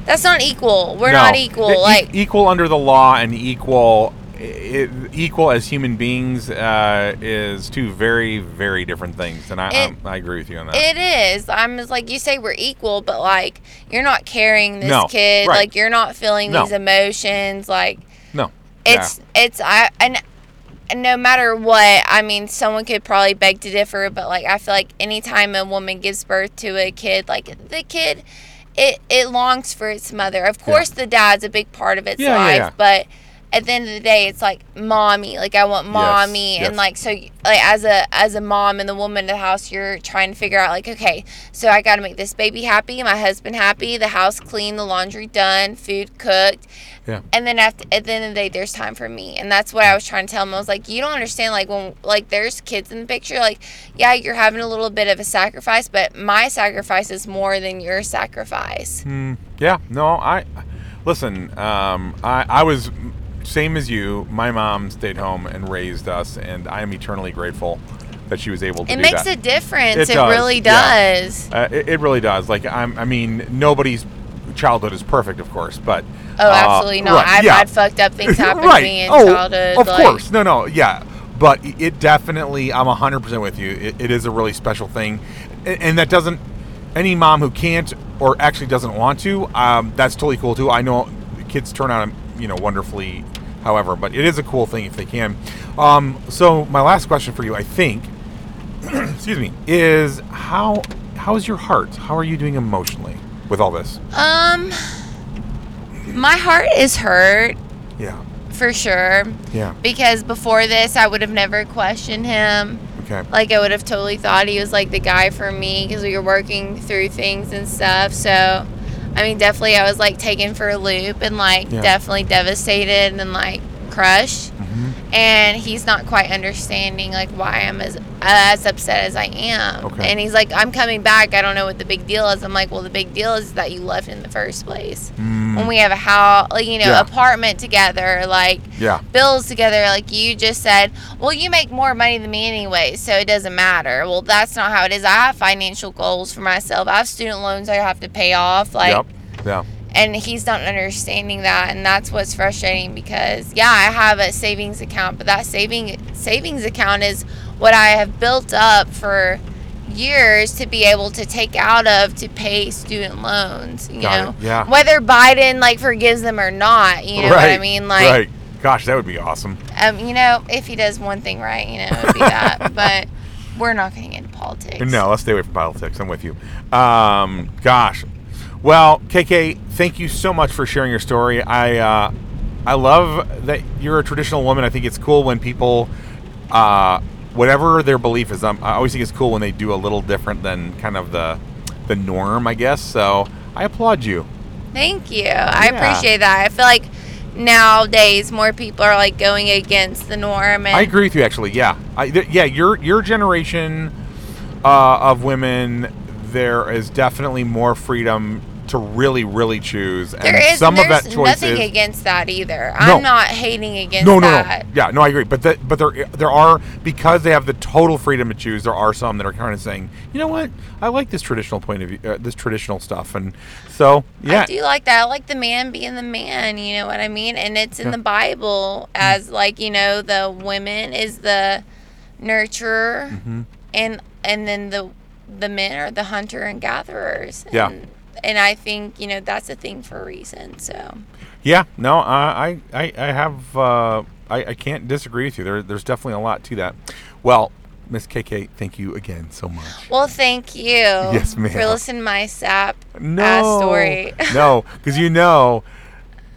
[SPEAKER 7] that's not equal. We're
[SPEAKER 8] No.
[SPEAKER 7] not
[SPEAKER 8] E-
[SPEAKER 7] equal.
[SPEAKER 8] e-
[SPEAKER 7] like,
[SPEAKER 8] equal under the law and equal i- i- equal as human beings uh, is two very very different things and I
[SPEAKER 7] It-
[SPEAKER 8] I'm- I agree with you on that.
[SPEAKER 7] It is. I'm just like you say we're equal, but like you're not carrying this
[SPEAKER 8] No,
[SPEAKER 7] kid.
[SPEAKER 8] right.
[SPEAKER 7] Like you're not feeling
[SPEAKER 8] No.
[SPEAKER 7] these emotions. Like
[SPEAKER 8] no.
[SPEAKER 7] it's it's I and and no matter what, I mean, someone could probably beg to differ, but like I feel like anytime a woman gives birth to a kid, like the kid, it it longs for its mother. Of course, the dad's a big part of its
[SPEAKER 8] Yeah, yeah,
[SPEAKER 7] life,
[SPEAKER 8] yeah.
[SPEAKER 7] but at the end of the day, it's like mommy. Like I want mommy,
[SPEAKER 8] yes.
[SPEAKER 7] and like so, like as a as a mom and the woman in the house, you're trying to figure out like, okay, so I got to make this baby happy, my husband happy, the house clean, the laundry done, food cooked,
[SPEAKER 8] Yeah.
[SPEAKER 7] and then after, at the end of the day, there's time for me, and that's what I was trying to tell him. I was like, you don't understand. Like when like there's kids in the picture, like yeah, you're having a little bit of a sacrifice, but my sacrifice is more than your
[SPEAKER 8] Hmm.
[SPEAKER 7] sacrifice.
[SPEAKER 8] Mm, Yeah, no, I listen. Um, I I was same as you. My mom stayed home and raised us, and I am eternally grateful that she was able to.
[SPEAKER 7] It
[SPEAKER 8] do
[SPEAKER 7] makes
[SPEAKER 8] that.
[SPEAKER 7] a difference.
[SPEAKER 8] It
[SPEAKER 7] It,
[SPEAKER 8] does,
[SPEAKER 7] really
[SPEAKER 8] yeah.
[SPEAKER 7] does.
[SPEAKER 8] Uh, it, it really does. Like I'm, I mean, nobody's childhood is perfect, of course, but
[SPEAKER 7] Oh,
[SPEAKER 8] uh,
[SPEAKER 7] absolutely not.
[SPEAKER 8] right,
[SPEAKER 7] I've
[SPEAKER 8] yeah.
[SPEAKER 7] had fucked up things happen
[SPEAKER 8] right.
[SPEAKER 7] to me in
[SPEAKER 8] oh,
[SPEAKER 7] childhood.
[SPEAKER 8] Of
[SPEAKER 7] like,
[SPEAKER 8] course. No, no, yeah. But i- it definitely, I'm 100% with you. It, it is a really special thing. A- And that doesn't, any mom who can't or actually doesn't want to, um, that's totally cool too. I know kids turn out, you know, wonderfully, however, but it is a cool thing if they can. Um, so, my last question for you, I think, excuse me, is how how is your heart? How are you doing emotionally with all this?
[SPEAKER 7] Um, my heart is hurt
[SPEAKER 8] Yeah.
[SPEAKER 7] for sure
[SPEAKER 8] Yeah.
[SPEAKER 7] because before this, I would have never questioned him.
[SPEAKER 8] Okay.
[SPEAKER 7] Like I would have totally thought he was like the guy for me because we were working through things and stuff. So, I mean, definitely I was like taken for a loop and like
[SPEAKER 8] Yeah.
[SPEAKER 7] definitely devastated and like crushed.
[SPEAKER 8] Mm-hmm.
[SPEAKER 7] And he's not quite understanding like why I'm as as upset as I am.
[SPEAKER 8] Okay.
[SPEAKER 7] And he's like, I'm coming back. I don't know what the big deal is. I'm like, well, the big deal is that you left in the first place.
[SPEAKER 8] Mm-hmm.
[SPEAKER 7] When we have a house, like you know,
[SPEAKER 8] Yeah.
[SPEAKER 7] apartment together, like
[SPEAKER 8] Yeah.
[SPEAKER 7] bills together like you just said well you make more money than me anyway so it doesn't matter well that's not how it is i have financial goals for myself i have student loans i have to pay off like
[SPEAKER 8] yep. Yeah.
[SPEAKER 7] and he's not understanding that and that's what's frustrating because yeah i have a savings account but that saving savings account is what i have built up for years to be able to take out of to pay student loans you
[SPEAKER 8] Got it.
[SPEAKER 7] know
[SPEAKER 8] Yeah.
[SPEAKER 7] whether biden like forgives them or not you know what i mean like
[SPEAKER 8] right. Gosh, that would be awesome.
[SPEAKER 7] um, you know, if he does one thing right, you know, it'd be that. but we're not going to get into politics.
[SPEAKER 8] No, let's stay away from politics. I'm with you. Um, gosh. Well, KK, thank you so much for sharing your story. I uh, I love that you're a traditional woman. I think it's cool when people, uh, whatever their belief is, um, I always think it's cool when they do a little different than kind of the the norm, I guess. So I applaud you.
[SPEAKER 7] Thank you. I appreciate that. I feel like nowadays more people are like going against the norm. And
[SPEAKER 8] I agree with you, actually. Yeah, I, th- yeah. Your your generation uh, of women, there is definitely more freedom to really, really choose, and
[SPEAKER 7] There is
[SPEAKER 8] some of that
[SPEAKER 7] there's
[SPEAKER 8] choice
[SPEAKER 7] nothing
[SPEAKER 8] is
[SPEAKER 7] against that either.
[SPEAKER 8] No.
[SPEAKER 7] I'm not hating against
[SPEAKER 8] no, no, no.
[SPEAKER 7] that.
[SPEAKER 8] Yeah, no, I agree. But that, but there there are because they have the total freedom to choose. There are some that are kind of saying, you know what, I like this traditional point of view, uh, this traditional stuff, and so yeah,
[SPEAKER 7] I do like that. I like the man being the man. You know what I mean? And it's in the Bible
[SPEAKER 8] Mm-hmm.
[SPEAKER 7] as like you know the women is the nurturer,
[SPEAKER 8] Mm-hmm.
[SPEAKER 7] and and then the the men are the hunter and gatherers.
[SPEAKER 8] Yeah.
[SPEAKER 7] And, and I think you know that's a thing for a reason. So
[SPEAKER 8] Yeah, no, I, I, I I have, uh, I, I can't disagree with you. There, there's definitely a lot to that. Well, Miss KK, thank you again so much.
[SPEAKER 7] well, thank you.
[SPEAKER 8] Yes, ma'am.
[SPEAKER 7] For listening to my sap
[SPEAKER 8] No,
[SPEAKER 7] ass story.
[SPEAKER 8] no, because you know,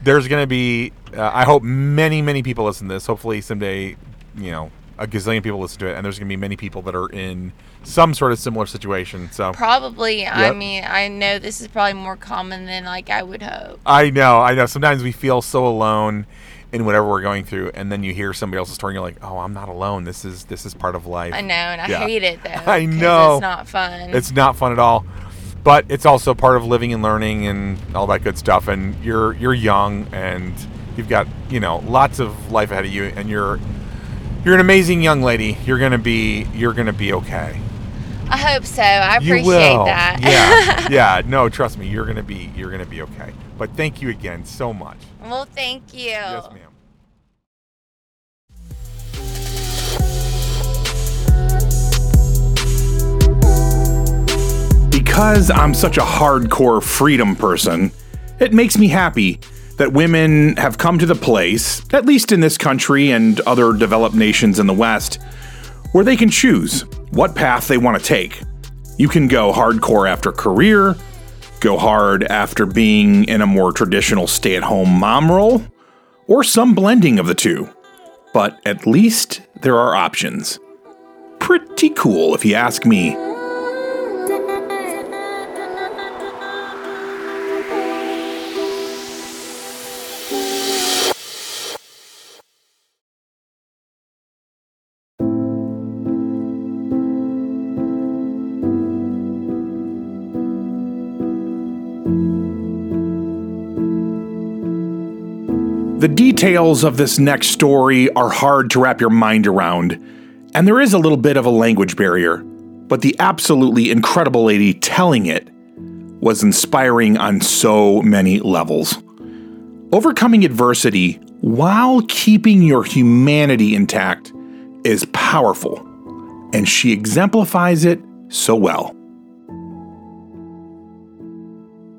[SPEAKER 8] there's gonna be. Uh, I hope many, many people listen to this. Hopefully, someday, you know, a gazillion people listen to it, and there's going to be many people that are in some sort of similar situation. So
[SPEAKER 7] Probably. I
[SPEAKER 8] Yep.
[SPEAKER 7] mean, I know this is probably more common than like I would hope.
[SPEAKER 8] I know, I know. Sometimes we feel so alone in whatever we're going through, and then you hear somebody else's story, and you're like, "Oh, I'm not alone. This is this is part of life."
[SPEAKER 7] I know, and I
[SPEAKER 8] Yeah.
[SPEAKER 7] hate it though.
[SPEAKER 8] I
[SPEAKER 7] 'cause
[SPEAKER 8] know.
[SPEAKER 7] It's not fun.
[SPEAKER 8] It's not fun at all, but it's also part of living and learning and all that good stuff. And you're you're young, and you've got you know lots of life ahead of you, and you're you're an amazing young lady. You're gonna be you're gonna be okay.
[SPEAKER 7] I hope so. I appreciate
[SPEAKER 8] you will.
[SPEAKER 7] that.
[SPEAKER 8] Yeah, yeah. No, trust me. You're gonna be you're gonna be okay. But thank you again so much.
[SPEAKER 7] well, thank you.
[SPEAKER 8] Yes, ma'am. Because I'm such a hardcore freedom person, it makes me happy that women have come to the place, at least in this country and other developed nations in the West, where they can choose what path they want to take. You can go hardcore after career, go hard after being in a more traditional stay at home mom role, or some blending of the two. But at least there are options. Pretty cool, if you ask me. The details of this next story are hard to wrap your mind around, and there is a little bit of a language barrier, but the absolutely incredible lady telling it was inspiring on so many levels. Overcoming adversity while keeping your humanity intact is powerful, and she exemplifies it so well.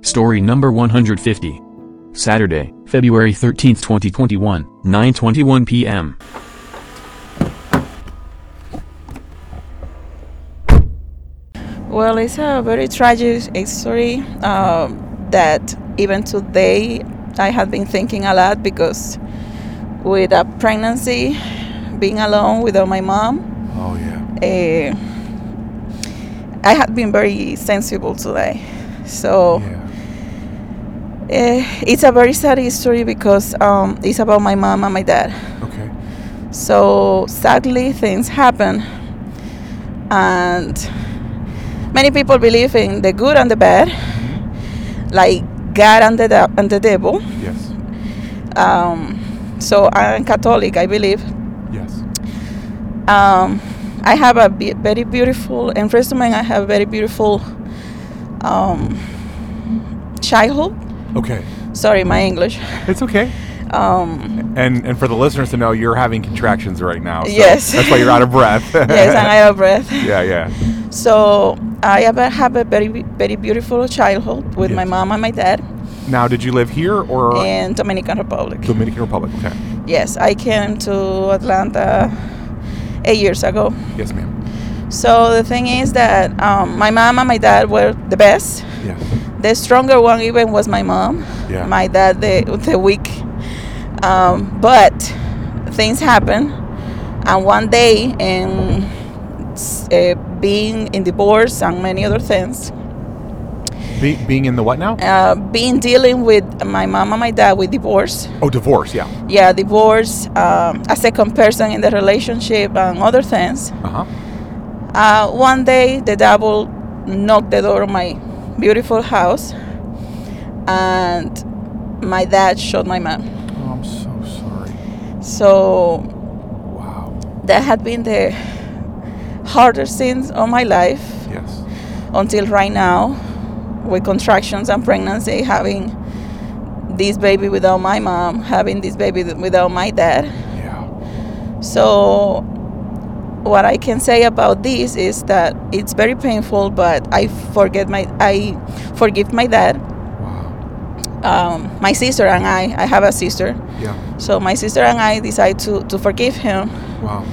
[SPEAKER 2] Story number 150. Saturday, February 13th, 2021, 9:21 p.m.
[SPEAKER 5] Well, it's a very tragic story um, that even today I have been thinking a lot because with a pregnancy, being alone without my mom,
[SPEAKER 8] Oh, yeah.
[SPEAKER 5] eh, I have been very sensible today. So eh, it's a very sad story because um, it's about my mom and my dad.
[SPEAKER 8] Okay.
[SPEAKER 5] So sadly, things happen, and many people believe in the good and the bad, like God and the de- and the devil.
[SPEAKER 8] Yes.
[SPEAKER 5] Um, so I'm Catholic, I believe.
[SPEAKER 8] Yes.
[SPEAKER 5] Um, I have a be- very beautiful, in resume, I have very beautiful um, childhood.
[SPEAKER 8] Okay.
[SPEAKER 5] Sorry, my English.
[SPEAKER 8] It's okay.
[SPEAKER 5] Um,
[SPEAKER 8] And and for the listeners to know, you're having contractions right now. so
[SPEAKER 5] Yes.
[SPEAKER 8] That's why you're out of breath.
[SPEAKER 5] yes, and I have breath.
[SPEAKER 8] yeah, yeah.
[SPEAKER 5] So I have a, have a very very beautiful childhood with my
[SPEAKER 8] Yes.
[SPEAKER 5] mom and my dad
[SPEAKER 8] Now, did you live here or
[SPEAKER 5] in Dominican Republic.
[SPEAKER 8] Dominican Republic? Okay.
[SPEAKER 5] Yes, I came to Atlanta eight years ago.
[SPEAKER 8] Yes, ma'am.
[SPEAKER 5] So the thing is that um, my mom and my dad were the best.
[SPEAKER 8] Yes.
[SPEAKER 5] The stronger one even was my mom.
[SPEAKER 8] Yeah.
[SPEAKER 5] My dad the the weak. Um, but things happen, and one day in s- uh, being in divorce and many other things,
[SPEAKER 8] Be- being in the what now?
[SPEAKER 5] uh, been dealing with my mom and my dad with divorce.
[SPEAKER 8] Oh, divorce. Yeah.
[SPEAKER 5] Yeah, divorce, um, a second person in the relationship, and other things.
[SPEAKER 8] Uh huh.
[SPEAKER 5] Uh, one day, the devil knocked the door of my beautiful house, and my dad shot my mom.
[SPEAKER 8] Oh, I'm so sorry.
[SPEAKER 5] So
[SPEAKER 8] Wow.
[SPEAKER 5] that had been the hardest things of my life.
[SPEAKER 8] Yes.
[SPEAKER 5] until right now with contractions and pregnancy having this baby without my mom having this baby th- without my dad
[SPEAKER 8] Yeah.
[SPEAKER 5] so what i can say about this is that it's very painful but i forget my i forgive my dad
[SPEAKER 8] Wow.
[SPEAKER 5] um, my sister and i i have a sister
[SPEAKER 8] Yeah.
[SPEAKER 5] so my sister and i decide to, to forgive him
[SPEAKER 8] Wow.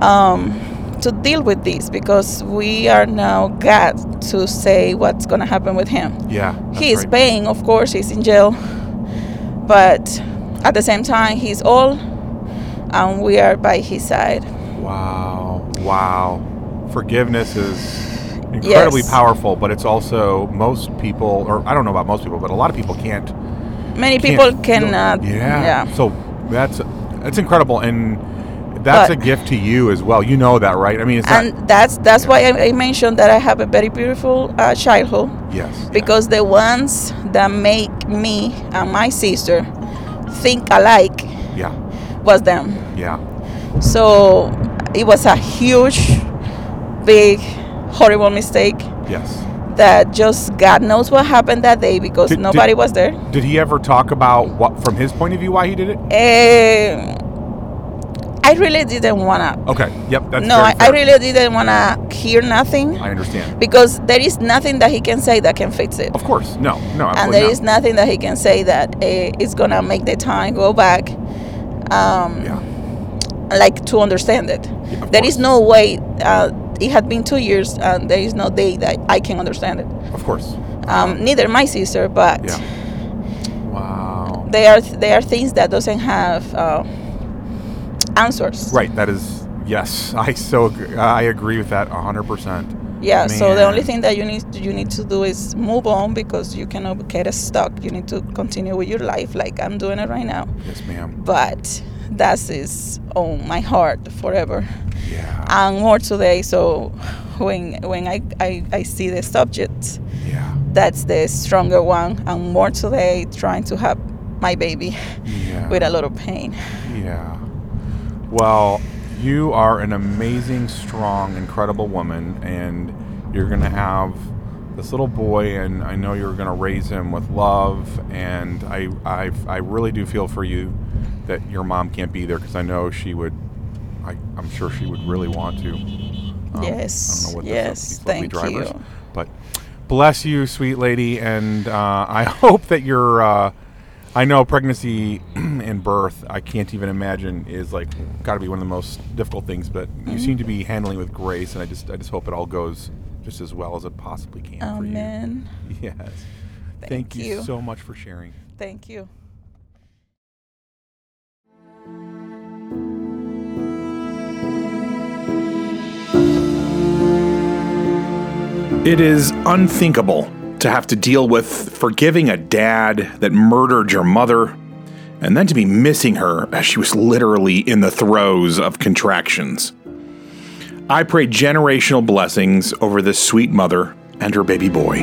[SPEAKER 5] um, to deal with this because we are now got to say what's going to happen with him
[SPEAKER 8] Yeah. that's
[SPEAKER 5] He is
[SPEAKER 8] right.
[SPEAKER 5] paying, of course, he's in jail, but at the same time, he's all, and we are by his side.
[SPEAKER 8] Wow. Wow. Forgiveness is incredibly
[SPEAKER 5] Yes.
[SPEAKER 8] powerful, but it's also most people, or I don't know about most people, but a lot of people can't.
[SPEAKER 5] Many
[SPEAKER 8] can't
[SPEAKER 5] people uh,
[SPEAKER 8] feel-
[SPEAKER 5] cannot.
[SPEAKER 8] Yeah.
[SPEAKER 5] yeah.
[SPEAKER 8] So that's that's incredible, and that's
[SPEAKER 5] But-
[SPEAKER 8] a gift to you as well. You know that, right? I mean, it's
[SPEAKER 5] And that's that's why I, I mentioned that I have a very beautiful uh, childhood
[SPEAKER 8] not yes
[SPEAKER 5] because the ones that make me and my sister think alike
[SPEAKER 8] Yeah.
[SPEAKER 5] was them.
[SPEAKER 8] Yeah.
[SPEAKER 5] So it was a huge, big, horrible mistake
[SPEAKER 8] Yes.
[SPEAKER 5] that just God knows what happened that day because
[SPEAKER 8] Did- did-
[SPEAKER 5] nobody was there.
[SPEAKER 8] Did he ever talk about what, from his point of view, why he did it?
[SPEAKER 5] Eh, I really didn't wanna.
[SPEAKER 8] Okay. Yep. That's
[SPEAKER 5] no,
[SPEAKER 8] very
[SPEAKER 5] I, I
[SPEAKER 8] fair.
[SPEAKER 5] really didn't wanna hear nothing
[SPEAKER 8] I understand.
[SPEAKER 5] because there is nothing that he can say that can fix it,
[SPEAKER 8] Of course. No. No.
[SPEAKER 5] and
[SPEAKER 8] Absolutely
[SPEAKER 5] there
[SPEAKER 8] not.
[SPEAKER 5] is nothing that he can say that uh, is gonna make the time go back, um,
[SPEAKER 8] Yeah.
[SPEAKER 5] like to understand it.
[SPEAKER 8] Yeah, of
[SPEAKER 5] There is
[SPEAKER 8] course.
[SPEAKER 5] no way. Uh, it had been two years, and there is no day that I can understand it.
[SPEAKER 8] Of course.
[SPEAKER 5] Um, neither my sister, but
[SPEAKER 8] Yeah. Wow.
[SPEAKER 5] they are they are things that doesn't have uh, answers.
[SPEAKER 8] Right. That is yes. I so agree. I agree with that hundred percent.
[SPEAKER 5] Yeah. So the only
[SPEAKER 8] Man.
[SPEAKER 5] thing that you need to, you need to do is move on because you cannot get stuck. You need to continue with your life, like I'm doing it right now.
[SPEAKER 8] Yes, ma'am.
[SPEAKER 5] But that is on my heart forever
[SPEAKER 8] Yeah.
[SPEAKER 5] and more today. So when when I I, I see the subject,
[SPEAKER 8] Yeah.
[SPEAKER 5] that's the stronger one, and more today trying to have my baby
[SPEAKER 8] Yeah.
[SPEAKER 5] with a lot of pain.
[SPEAKER 8] Yeah. Well, you are an amazing, strong, incredible woman, and you're going to have this little boy, and I know you're going to raise him with love. And I, I, I really do feel for you that your mom can't be there because I know she would. I, I'm sure she would really want to. Um,
[SPEAKER 5] Yes,
[SPEAKER 8] I don't know what
[SPEAKER 5] yes,
[SPEAKER 8] the, fuck these lovely
[SPEAKER 5] thank
[SPEAKER 8] drivers,
[SPEAKER 5] you.
[SPEAKER 8] But bless you, sweet lady, and uh, I hope that your. Uh, I know pregnancy and birth. I can't even imagine is like got to be one of the most difficult things. But you seem to
[SPEAKER 5] Mm-hmm.
[SPEAKER 8] be handling with grace, and I just I just hope it all goes just as well as it possibly can for you.
[SPEAKER 5] Amen.
[SPEAKER 8] Yes. Thank,
[SPEAKER 5] Oh, Thank
[SPEAKER 8] you
[SPEAKER 5] you.
[SPEAKER 8] so much for sharing.
[SPEAKER 5] Thank you.
[SPEAKER 8] It is unthinkable to have to deal with forgiving a dad that murdered your mother and then to be missing her as she was literally in the throes of contractions. I pray generational blessings over this sweet mother and her baby boy.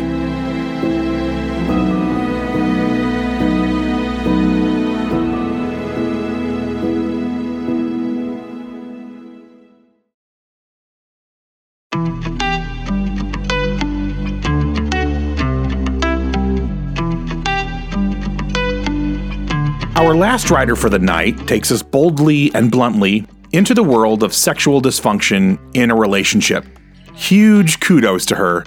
[SPEAKER 8] Our last rider for the night takes us boldly and bluntly into the world of sexual dysfunction in a relationship. Huge kudos to her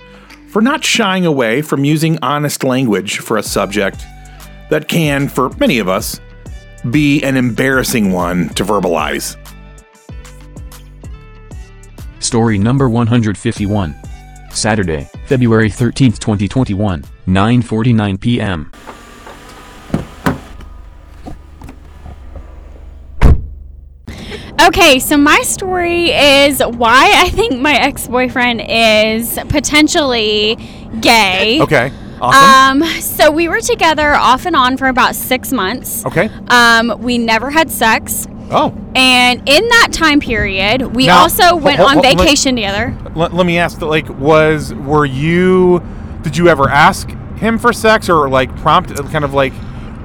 [SPEAKER 8] for not shying away from using honest language for a subject that can, for many of us, be an embarrassing one to verbalize.
[SPEAKER 2] Story number 151. Saturday, February 13th, 2021, 9:49 p.m.
[SPEAKER 6] Okay, so my story is why I think my ex boyfriend is potentially gay.
[SPEAKER 8] Okay. Awesome.
[SPEAKER 6] Um, so we were together off and on for about six months.
[SPEAKER 8] okay.
[SPEAKER 6] Um, we never had sex.
[SPEAKER 8] Oh,
[SPEAKER 6] And in that time period, we
[SPEAKER 8] Now,
[SPEAKER 6] also went
[SPEAKER 8] hold-
[SPEAKER 6] on
[SPEAKER 8] hold- let-
[SPEAKER 6] vacation together.
[SPEAKER 8] let, let me ask that like was were you did you ever ask him for sex or like prompt kind of like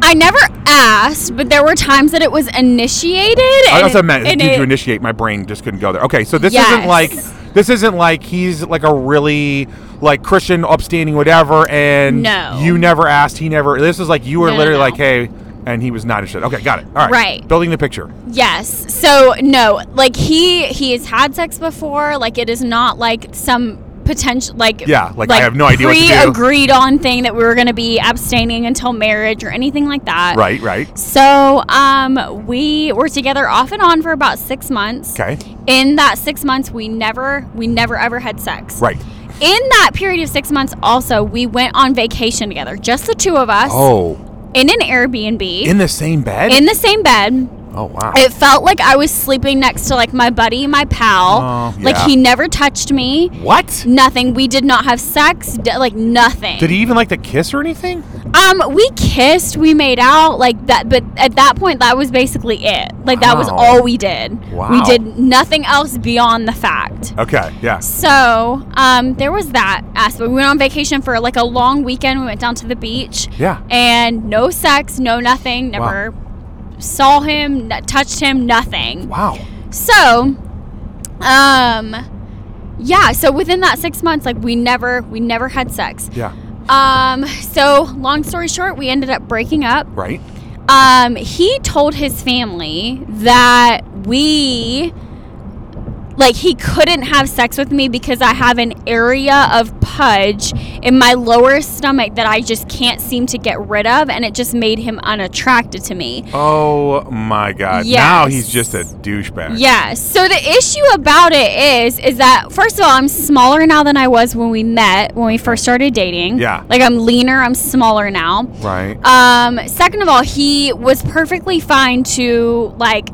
[SPEAKER 6] I never asked, but there were times that it was initiated.
[SPEAKER 8] I
[SPEAKER 6] and
[SPEAKER 8] also
[SPEAKER 6] it-
[SPEAKER 8] meant
[SPEAKER 6] and
[SPEAKER 8] did you
[SPEAKER 6] it-
[SPEAKER 8] initiate? My brain just couldn't go there. Okay, so this isn't
[SPEAKER 6] Yes.
[SPEAKER 8] like this isn't like he's like a really like Christian, upstanding, whatever, and
[SPEAKER 6] No.
[SPEAKER 8] you never asked, he never. This is like you were
[SPEAKER 6] No, no,
[SPEAKER 8] literally
[SPEAKER 6] no.
[SPEAKER 8] like, hey, and he was not interested. Okay, got it. All right,
[SPEAKER 6] Right.
[SPEAKER 8] Building the picture.
[SPEAKER 6] Yes. So no, like he he has had sex before. Like it is not like some potential like
[SPEAKER 8] Yeah, like, I have no idea what to do.
[SPEAKER 6] pre-agreed on thing that we were going to be abstaining until marriage or anything like that.
[SPEAKER 8] Right, right.
[SPEAKER 6] So um, we were together off and on for about six months.
[SPEAKER 8] Okay,
[SPEAKER 6] In that six months, we never we never ever had sex.
[SPEAKER 8] right.
[SPEAKER 6] In that period of six months, also we went on vacation together, just the two of us,
[SPEAKER 8] Oh,
[SPEAKER 6] in an Airbnb,
[SPEAKER 8] in the same bed.
[SPEAKER 6] in the same bed.
[SPEAKER 8] Oh wow.
[SPEAKER 6] It felt like I was sleeping next to like my buddy, my pal.
[SPEAKER 8] Oh, yeah.
[SPEAKER 6] Like he never touched me.
[SPEAKER 8] what?
[SPEAKER 6] Nothing. We did not have sex. D- like nothing.
[SPEAKER 8] Did he even like to kiss or anything?
[SPEAKER 6] Um, we kissed. We made out like that. But at that point, that was basically it. Like that was
[SPEAKER 8] Wow.
[SPEAKER 6] all we did.
[SPEAKER 8] Wow.
[SPEAKER 6] We did nothing else beyond the fact.
[SPEAKER 8] Okay. Yeah.
[SPEAKER 6] So um, there was that aspect. We went on vacation for like a long weekend. We went down to the beach
[SPEAKER 8] Yeah.
[SPEAKER 6] and no sex, no nothing.
[SPEAKER 8] Wow.
[SPEAKER 6] Never saw him, n- touched him, nothing.
[SPEAKER 8] Wow.
[SPEAKER 6] So, um, yeah. So within that six months, like we never, we never had sex.
[SPEAKER 8] Yeah.
[SPEAKER 6] Um, so long story short, we ended up breaking up.
[SPEAKER 8] Right.
[SPEAKER 6] Um, he told his family that we, like, he couldn't have sex with me because I have an area of pudge in my lower stomach that I just can't seem to get rid of, and it just made him unattracted to me.
[SPEAKER 8] Oh my God. Now
[SPEAKER 6] Yes.
[SPEAKER 8] he's just a douchebag.
[SPEAKER 6] Yeah. So the issue about it is, is that first of all, I'm smaller now than I was when we met, when we first started dating.
[SPEAKER 8] Yeah.
[SPEAKER 6] Like I'm leaner. I'm smaller now.
[SPEAKER 8] Right.
[SPEAKER 6] Um, second of all, he was perfectly fine to like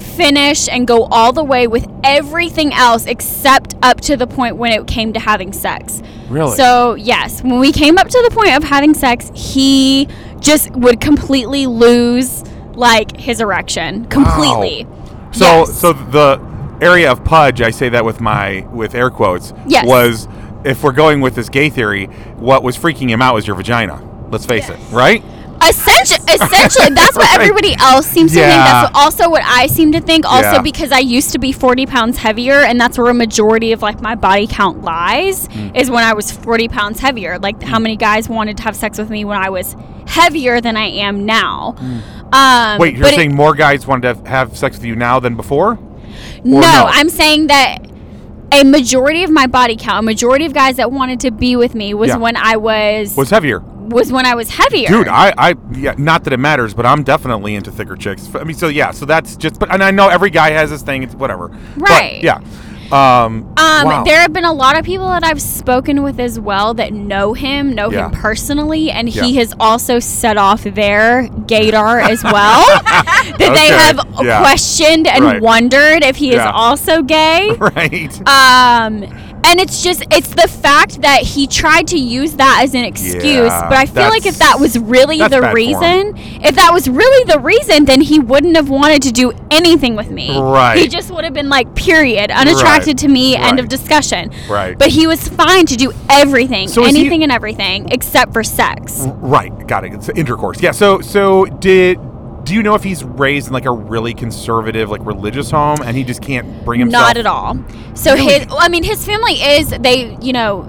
[SPEAKER 6] finish and go all the way with everything else except up to the point when it came to having sex.
[SPEAKER 8] Really?
[SPEAKER 6] So, yes, when we came up to the point of having sex, he just would completely lose like his erection completely.
[SPEAKER 8] So
[SPEAKER 6] Yes.
[SPEAKER 8] so the area of pudge, I say that with my with air quotes,
[SPEAKER 6] Yes.
[SPEAKER 8] was if we're going with this gay theory, what was freaking him out was your vagina. Let's face it, right?
[SPEAKER 6] Essentially, essentially, that's what
[SPEAKER 8] Right.
[SPEAKER 6] everybody else seems to think.
[SPEAKER 8] Yeah.
[SPEAKER 6] That's what, also what I seem to think. Also,
[SPEAKER 8] Yeah.
[SPEAKER 6] because I used to be forty pounds heavier, and that's where a majority of like my body count lies
[SPEAKER 8] Mm.
[SPEAKER 6] is when I was forty pounds heavier. Like how many guys wanted to have sex with me when I was heavier than I am now?
[SPEAKER 8] Mm.
[SPEAKER 6] Um,
[SPEAKER 8] Wait, you're
[SPEAKER 6] but it-
[SPEAKER 8] saying more guys wanted to have- have sex with you now than before?
[SPEAKER 6] no,
[SPEAKER 8] no?
[SPEAKER 6] I'm saying that a majority of my body count, a majority of guys that wanted to be with me was
[SPEAKER 8] Yeah.
[SPEAKER 6] when I was,
[SPEAKER 8] Was
[SPEAKER 6] was
[SPEAKER 8] heavier.
[SPEAKER 6] when I was heavier.
[SPEAKER 8] Dude, I, I, yeah, not that it matters, but I'm definitely into thicker chicks. I mean, so yeah, so that's just, but, and I know every guy has this thing, it's whatever. But,
[SPEAKER 6] Right.
[SPEAKER 8] yeah. Um,
[SPEAKER 6] Um,
[SPEAKER 8] wow.
[SPEAKER 6] there have been a lot of people that I've spoken with as well that know him, know
[SPEAKER 8] Yeah.
[SPEAKER 6] him personally, and he
[SPEAKER 8] Yeah.
[SPEAKER 6] has also set off their gaydar as well. that
[SPEAKER 8] Okay,
[SPEAKER 6] they have
[SPEAKER 8] yeah.
[SPEAKER 6] questioned and
[SPEAKER 8] Right.
[SPEAKER 6] wondered if he
[SPEAKER 8] Yeah.
[SPEAKER 6] is also gay.
[SPEAKER 8] right.
[SPEAKER 6] Um, and it's just it's the fact that he tried to use that as an excuse,
[SPEAKER 8] Yeah,
[SPEAKER 6] but I feel like if
[SPEAKER 8] that's-
[SPEAKER 6] that was really
[SPEAKER 8] that's bad
[SPEAKER 6] the
[SPEAKER 8] form.
[SPEAKER 6] reason, if that was really the reason, then he wouldn't have wanted to do anything with me.
[SPEAKER 8] Right.
[SPEAKER 6] He just would have been like, period, unattracted
[SPEAKER 8] Right,
[SPEAKER 6] to me. End
[SPEAKER 8] right.
[SPEAKER 6] of discussion.
[SPEAKER 8] Right.
[SPEAKER 6] But he was fine to do everything,
[SPEAKER 8] So is he-
[SPEAKER 6] anything and everything except for sex.
[SPEAKER 8] Right, got it. It's intercourse. Yeah. So, so did do you know if he's raised in like a really conservative, like religious home, and he just can't bring himself?
[SPEAKER 6] Not at all. So
[SPEAKER 8] Really?
[SPEAKER 6] his, I mean, his family is they, you know,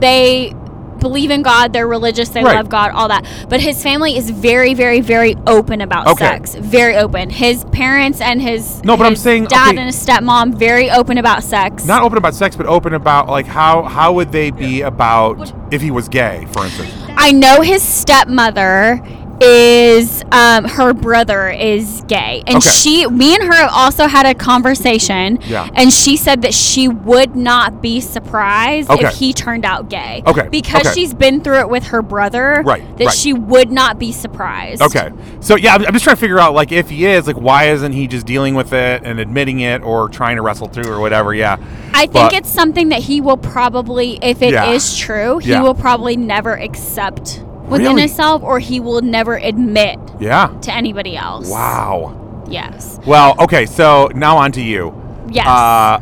[SPEAKER 6] they believe in God. They're religious. They
[SPEAKER 8] Right.
[SPEAKER 6] love God. All that. But his family is very, very, very open about
[SPEAKER 8] Okay.
[SPEAKER 6] sex. Very open. His parents and his
[SPEAKER 8] No, but I'm
[SPEAKER 6] his
[SPEAKER 8] saying,
[SPEAKER 6] dad
[SPEAKER 8] okay.
[SPEAKER 6] and his stepmom very open about sex.
[SPEAKER 8] Not open about sex, but open about like how how would they be about if he was gay, for instance?
[SPEAKER 6] I know his stepmother is um, her brother is gay and
[SPEAKER 8] Okay.
[SPEAKER 6] she me and her also had a conversation
[SPEAKER 8] Yeah.
[SPEAKER 6] and she said that she would not be surprised
[SPEAKER 8] Okay.
[SPEAKER 6] if he turned out gay
[SPEAKER 8] Okay,
[SPEAKER 6] because
[SPEAKER 8] okay.
[SPEAKER 6] she's been through it with her brother
[SPEAKER 8] Right,
[SPEAKER 6] that
[SPEAKER 8] right.
[SPEAKER 6] she would not be surprised
[SPEAKER 8] Okay. So yeah, I'm, I'm just trying to figure out like if he is, like why isn't he just dealing with it and admitting it or trying to wrestle through or whatever? Yeah.
[SPEAKER 6] I think
[SPEAKER 8] But-
[SPEAKER 6] it's something that he will probably, if it is
[SPEAKER 8] Yeah.
[SPEAKER 6] true, he
[SPEAKER 8] Yeah.
[SPEAKER 6] will probably never accept within
[SPEAKER 8] Really?
[SPEAKER 6] himself, or he will never admit
[SPEAKER 8] Yeah.
[SPEAKER 6] to anybody else.
[SPEAKER 8] Wow.
[SPEAKER 6] Yes.
[SPEAKER 8] Well, okay. So now on to you.
[SPEAKER 6] Yes.
[SPEAKER 8] Uh,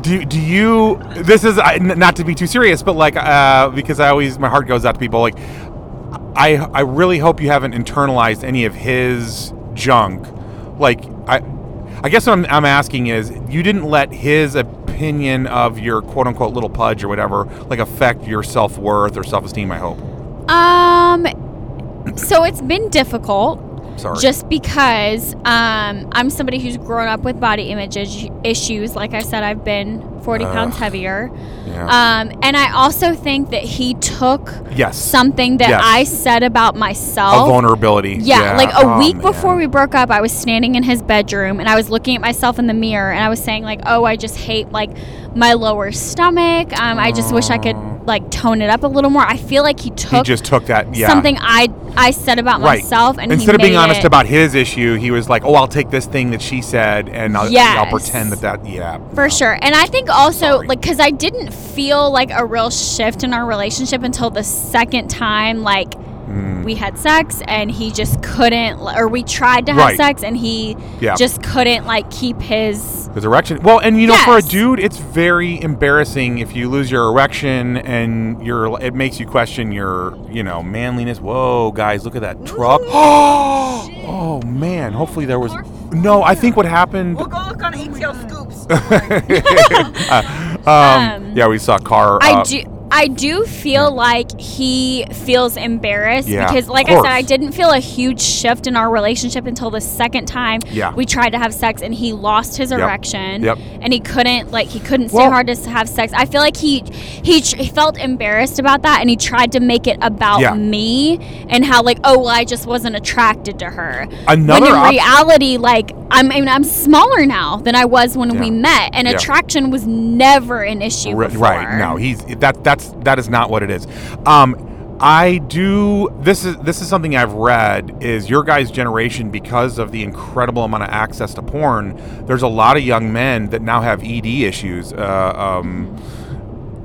[SPEAKER 8] do, do you this is I- n- not to be too serious but like uh, because i always my heart goes out to people like i i really hope you haven't internalized any of his junk like i i guess what i'm, I'm asking is you didn't let his opinion of your quote unquote little pudge or whatever like affect your self-worth or self-esteem i hope
[SPEAKER 6] um. So it's been difficult.
[SPEAKER 8] sorry
[SPEAKER 6] Just because um, I'm somebody who's grown up with body image is- issues, like I said, I've been 40 pounds
[SPEAKER 8] Ugh.
[SPEAKER 6] heavier.
[SPEAKER 8] yeah.
[SPEAKER 6] Um, and I also think that he took
[SPEAKER 8] yes
[SPEAKER 6] something that
[SPEAKER 8] Yes.
[SPEAKER 6] I said about
[SPEAKER 8] a
[SPEAKER 6] myself
[SPEAKER 8] vulnerability
[SPEAKER 6] Yeah, like a
[SPEAKER 8] Oh,
[SPEAKER 6] week
[SPEAKER 8] man.
[SPEAKER 6] before we broke up, I was standing in his bedroom and I was looking at myself in the mirror and I was saying like, "Oh, I just hate like my lower stomach. Um, I just wish I could like tone it up a little more. I feel like he took
[SPEAKER 8] he just took that. Yeah.
[SPEAKER 6] something I I said about
[SPEAKER 8] right.
[SPEAKER 6] myself and he
[SPEAKER 8] instead of being
[SPEAKER 6] made
[SPEAKER 8] honest
[SPEAKER 6] it-
[SPEAKER 8] about his issue, he was like, "Oh, I'll take this thing that she said, and I'll, I'll
[SPEAKER 6] Yes.
[SPEAKER 8] pretend that that yeah."
[SPEAKER 6] For sure. And I think also,
[SPEAKER 8] Sorry.
[SPEAKER 6] like 'cause like, because I didn't feel like a real shift in our relationship until the second time, like,
[SPEAKER 8] Mm.
[SPEAKER 6] we had sex and he just couldn't, li- or we tried to have
[SPEAKER 8] Right.
[SPEAKER 6] sex and he
[SPEAKER 8] Yeah.
[SPEAKER 6] just couldn't, like, keep his.
[SPEAKER 8] His erection. Well, and you know, for a
[SPEAKER 6] Yes.
[SPEAKER 8] dude, it's very embarrassing if you lose your erection and your it makes you question your, you know, manliness. Whoa, guys, look at that truck.
[SPEAKER 6] Mm-hmm.
[SPEAKER 8] oh man, hopefully there was No, I think what happened
[SPEAKER 5] go look on ATL Scoops.
[SPEAKER 8] um, yeah, we saw a car
[SPEAKER 6] I
[SPEAKER 8] uh,
[SPEAKER 6] do. I do feel like he feels embarrassed
[SPEAKER 8] Yeah,
[SPEAKER 6] because,
[SPEAKER 8] of
[SPEAKER 6] like I said,
[SPEAKER 8] course.
[SPEAKER 6] I didn't feel a huge shift in our relationship until the second time
[SPEAKER 8] Yeah.
[SPEAKER 6] we tried to have sex and he lost his erection
[SPEAKER 8] Yep.
[SPEAKER 6] and he couldn't like he couldn't
[SPEAKER 8] Well-
[SPEAKER 6] stand hard to have sex. I feel like he he, tr- he felt embarrassed about that and he tried to make it about
[SPEAKER 8] Yeah.
[SPEAKER 6] me and how like oh well I just wasn't attracted to her.
[SPEAKER 8] Another
[SPEAKER 6] when in
[SPEAKER 8] op-
[SPEAKER 6] reality, like I'm I mean, I'm smaller now than I was when
[SPEAKER 8] Yeah.
[SPEAKER 6] we met and
[SPEAKER 8] Yeah.
[SPEAKER 6] attraction was never an issue.
[SPEAKER 8] Ri-
[SPEAKER 6] before.
[SPEAKER 8] Right. No, he's that that's that is not what it is. Um I do this is this is something I've read is your guys generation because of the incredible amount of access to porn, there's a lot of young men that now have ED issues. Uh, um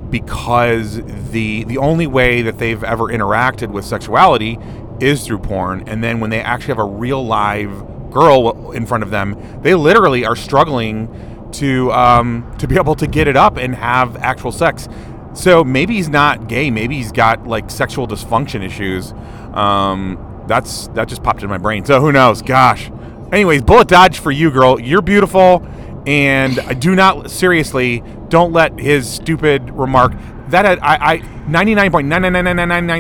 [SPEAKER 8] because the the only way that they've ever interacted with sexuality is through porn and then when they actually have a real live girl in front of them they literally are struggling to um, to be able to get it up and have actual sex so maybe he's not gay maybe he's got like sexual dysfunction issues um, that's that just popped in my brain so who knows gosh anyways bullet dodge for you girl you're beautiful and I do not seriously don't let his stupid remark that had, I I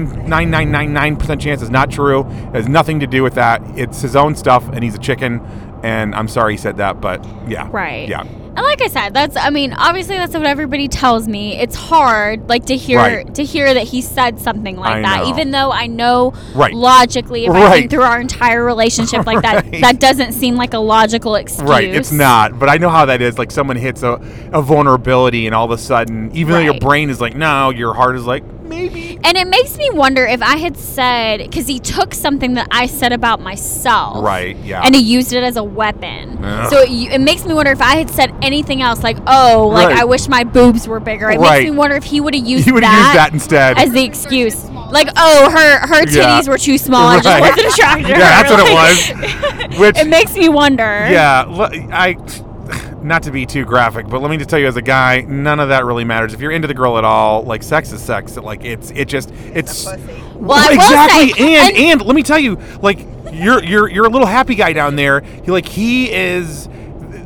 [SPEAKER 8] 99.999999999% chance is not true. It has nothing to do with that. It's his own stuff and he's a chicken and I'm sorry he said that, but yeah.
[SPEAKER 6] Right.
[SPEAKER 8] Yeah.
[SPEAKER 6] And like I said, that's I mean, obviously that's what everybody tells me. It's hard like to hear
[SPEAKER 8] Right.
[SPEAKER 6] to hear that he said something like
[SPEAKER 8] I
[SPEAKER 6] that
[SPEAKER 8] know.
[SPEAKER 6] even though I know
[SPEAKER 8] Right.
[SPEAKER 6] logically if I
[SPEAKER 8] Right.
[SPEAKER 6] think through our entire relationship like
[SPEAKER 8] Right.
[SPEAKER 6] that that doesn't seem like a logical excuse.
[SPEAKER 8] Right, it's not, but I know how that is. Like someone hits a, a vulnerability, and all of a sudden, even though your
[SPEAKER 6] Right.
[SPEAKER 8] brain is like, no, your heart is like, maybe.
[SPEAKER 6] And it makes me wonder if I had said cuz he took something that I said about myself.
[SPEAKER 8] Right, yeah.
[SPEAKER 6] And he used it as a weapon.
[SPEAKER 8] Ugh.
[SPEAKER 6] So it, it makes me wonder if I had said anything else, like, oh, like
[SPEAKER 8] Right.
[SPEAKER 6] I wish my boobs were bigger. It
[SPEAKER 8] Right.
[SPEAKER 6] makes me wonder if he would have used
[SPEAKER 8] you would have used that instead.
[SPEAKER 6] as the excuse. Like, oh, her her titties
[SPEAKER 8] Yeah.
[SPEAKER 6] were too small. I
[SPEAKER 8] Right.
[SPEAKER 6] just wasn't attracted to
[SPEAKER 8] yeah,
[SPEAKER 6] her.
[SPEAKER 8] that's what it
[SPEAKER 6] Like,
[SPEAKER 8] was. Which
[SPEAKER 6] It makes me wonder.
[SPEAKER 8] Yeah, l- I. Not to be too graphic, but let me just tell you, as a guy, none of that really matters. If you're into the girl at all, like sex is sex. Like it's it just it's
[SPEAKER 6] Well, I will
[SPEAKER 8] exactly.
[SPEAKER 6] say-
[SPEAKER 8] and, and let me tell you, like you're you're you're a little happy guy down there. He like he is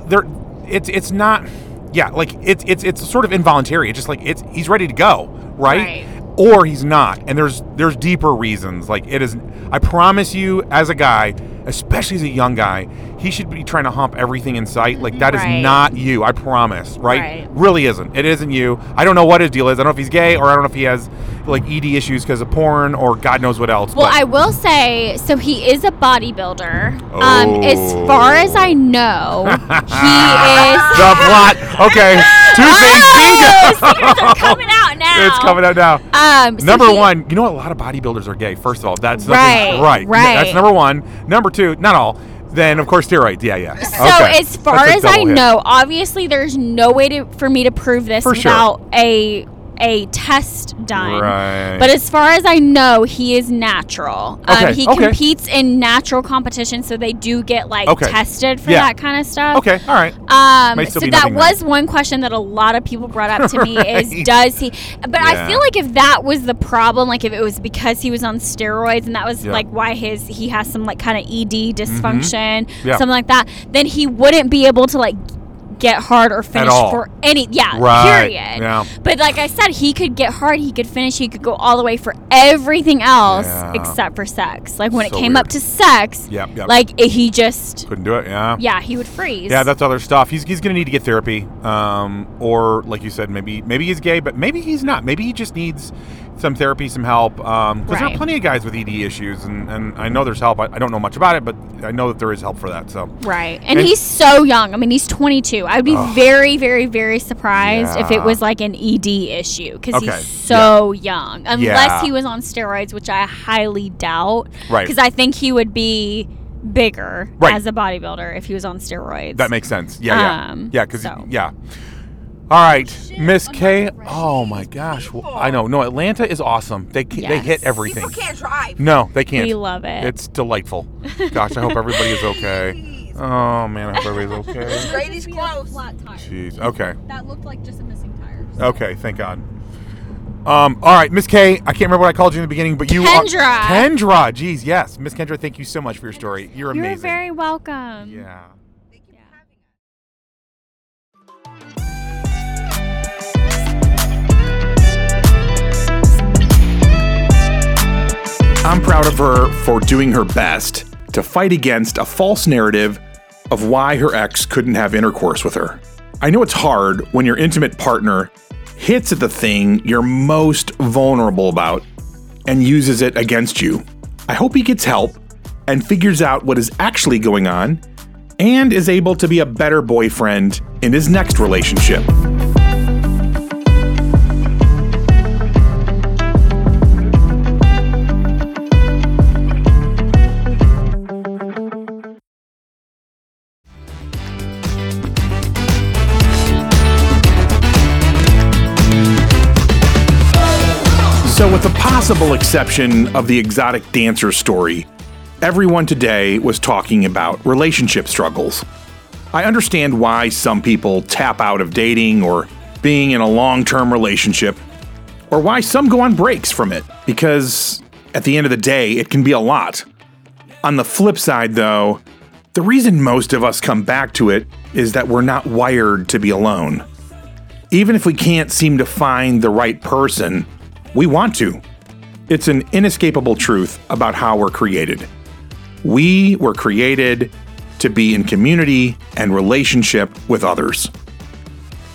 [SPEAKER 8] there. It's it's not. Yeah, like it's it's it's sort of involuntary. It's just like it's he's ready to go, right?
[SPEAKER 6] Right.
[SPEAKER 8] Or he's not, and there's there's deeper reasons. Like it is, I promise you, as a guy, especially as a young guy, he should be trying to hump everything in sight. Like that is
[SPEAKER 6] Right.
[SPEAKER 8] not you. I promise, right?
[SPEAKER 6] Right.
[SPEAKER 8] Really isn't. It isn't you. I don't know what his deal is. I don't know if he's gay or I don't know if he has like ED issues because of porn or God knows what else.
[SPEAKER 6] Well,
[SPEAKER 8] but-
[SPEAKER 6] I will say, so he is a bodybuilder. Um,
[SPEAKER 8] Oh.
[SPEAKER 6] as far as I know, he is.
[SPEAKER 8] the plot. Okay, two things.
[SPEAKER 6] Oh,
[SPEAKER 8] Bingo.
[SPEAKER 6] secrets are coming out now.
[SPEAKER 8] It's coming out now.
[SPEAKER 6] Um, so
[SPEAKER 8] number
[SPEAKER 6] he-
[SPEAKER 8] one, you know a lot of bodybuilders are gay. First of all, that's
[SPEAKER 6] Right,
[SPEAKER 8] nothing- right,
[SPEAKER 6] right.
[SPEAKER 8] That's number one. Number two, not all. Then of course steroids. Yeah, yeah.
[SPEAKER 6] So
[SPEAKER 8] Okay.
[SPEAKER 6] as far
[SPEAKER 8] That's a
[SPEAKER 6] as I
[SPEAKER 8] double hit.
[SPEAKER 6] know, obviously there's no way to, for me to prove this
[SPEAKER 8] For sure.
[SPEAKER 6] without a a test done.
[SPEAKER 8] Right.
[SPEAKER 6] But as far as I know, he is natural.
[SPEAKER 8] Okay,
[SPEAKER 6] Um, he
[SPEAKER 8] okay.
[SPEAKER 6] competes in natural competition, so they do get like
[SPEAKER 8] Okay.
[SPEAKER 6] tested for
[SPEAKER 8] Yeah.
[SPEAKER 6] that kind of stuff.
[SPEAKER 8] okay, all right.
[SPEAKER 6] Um,
[SPEAKER 8] Might still
[SPEAKER 6] so
[SPEAKER 8] be
[SPEAKER 6] that
[SPEAKER 8] nothing there.
[SPEAKER 6] was one question that a lot of people brought up to me
[SPEAKER 8] Right.
[SPEAKER 6] is does he? But
[SPEAKER 8] Yeah.
[SPEAKER 6] I feel like if that was the problem, like if it was because he was on steroids and that was
[SPEAKER 8] Yeah. Mm-hmm.
[SPEAKER 6] like why his he has some like kind of ED dysfunction,
[SPEAKER 8] Yeah.
[SPEAKER 6] something like that, then he wouldn't be able to like get hard or finish
[SPEAKER 8] all.
[SPEAKER 6] for any yeah
[SPEAKER 8] Right.
[SPEAKER 6] period.
[SPEAKER 8] Yeah.
[SPEAKER 6] But like I said, he could get hard, he could finish, he could go all the way for everything else
[SPEAKER 8] Yeah.
[SPEAKER 6] except for sex. Like when
[SPEAKER 8] So
[SPEAKER 6] it came
[SPEAKER 8] weird.
[SPEAKER 6] up to sex,
[SPEAKER 8] Yep, yep.
[SPEAKER 6] like he just
[SPEAKER 8] Couldn't do it. Yeah.
[SPEAKER 6] yeah he would freeze.
[SPEAKER 8] Yeah, that's other stuff. He's, he's going to need to get therapy, um, or like you said, maybe maybe he's gay, but maybe he's not. Maybe he just needs some therapy, some help. Because there are
[SPEAKER 6] Right.
[SPEAKER 8] plenty of guys with ED issues, and, and I know there's help. I, I don't know much about it, but I know that there is help for that. So
[SPEAKER 6] Right. And,
[SPEAKER 8] And-
[SPEAKER 6] he's so young. I mean, he's 22. I would be very, very, very surprised if
[SPEAKER 8] Yeah.
[SPEAKER 6] it was like an ED issue because
[SPEAKER 8] Okay,
[SPEAKER 6] he's so oh, young. Unless
[SPEAKER 8] Yeah.
[SPEAKER 6] he was on steroids, which I highly doubt.
[SPEAKER 8] Right.
[SPEAKER 6] Because I think he would be bigger
[SPEAKER 8] Right.
[SPEAKER 6] as a bodybuilder if he was on steroids.
[SPEAKER 8] that makes sense. Yeah, yeah,
[SPEAKER 6] Um,
[SPEAKER 8] yeah. Because
[SPEAKER 6] so.
[SPEAKER 8] yeah. All right, Miss K. Oh my gosh, Well, I know. No, Atlanta is awesome. They ca- they hit
[SPEAKER 6] Yes.
[SPEAKER 8] everything.
[SPEAKER 4] can't drive.
[SPEAKER 8] No, they can't.
[SPEAKER 6] We love it.
[SPEAKER 8] It's delightful. Gosh, I hope everybody is okay. Oh man, I hope everybody's okay.
[SPEAKER 4] Brady's close.
[SPEAKER 8] Jeez. Okay.
[SPEAKER 9] That looked like just a missing tire.
[SPEAKER 8] Okay. Thank God. Um, all right, Miss K. I can't remember what I called you in the beginning, but you
[SPEAKER 6] Kendra.
[SPEAKER 8] are Kendra. Jeez, yes, Miss Kendra. Thank you so much for your story. You're
[SPEAKER 6] You're
[SPEAKER 8] amazing.
[SPEAKER 6] very welcome.
[SPEAKER 8] yeah. I'm proud of her for doing her best to fight against a false narrative of why her ex couldn't have intercourse with her. I know it's hard when your intimate partner hits at the thing you're most vulnerable about and uses it against you. I hope he gets help and figures out what is actually going on and is able to be a better boyfriend in his next relationship. So, with the possible exception of the exotic dancer story, everyone today was talking about relationship struggles. I understand why some people tap out of dating or being in a long term relationship, or why some go on breaks from it, because at the end of the day, it can be a lot. On the flip side, though, the reason most of us come back to it is that we're not wired to be alone. Even if we can't seem to find the right person, we want to. It's an inescapable truth about how we're created. We were created to be in community and relationship with others.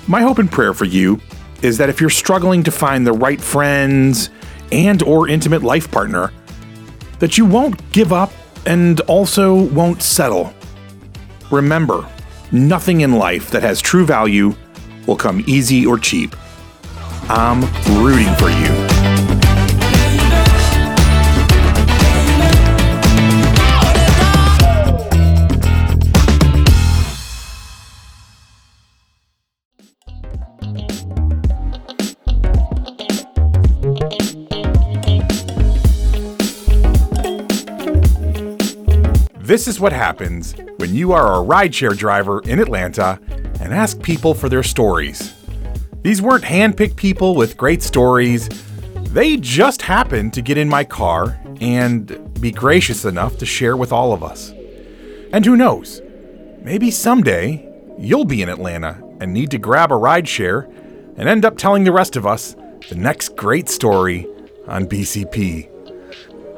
[SPEAKER 8] My hope and prayer for you is that if you're struggling to find the right friends and or intimate life partner, that you won't give up and also won't settle. Remember, nothing in life that has true value will come easy or cheap. I'm rooting for you. This is what happens when you are a rideshare driver in Atlanta and ask people for their stories. These weren't handpicked people with great stories. They just happened to get in my car and be gracious enough to share with all of us. And who knows? Maybe someday you'll be in Atlanta and need to grab a rideshare and end up telling the rest of us the next great story on BCP.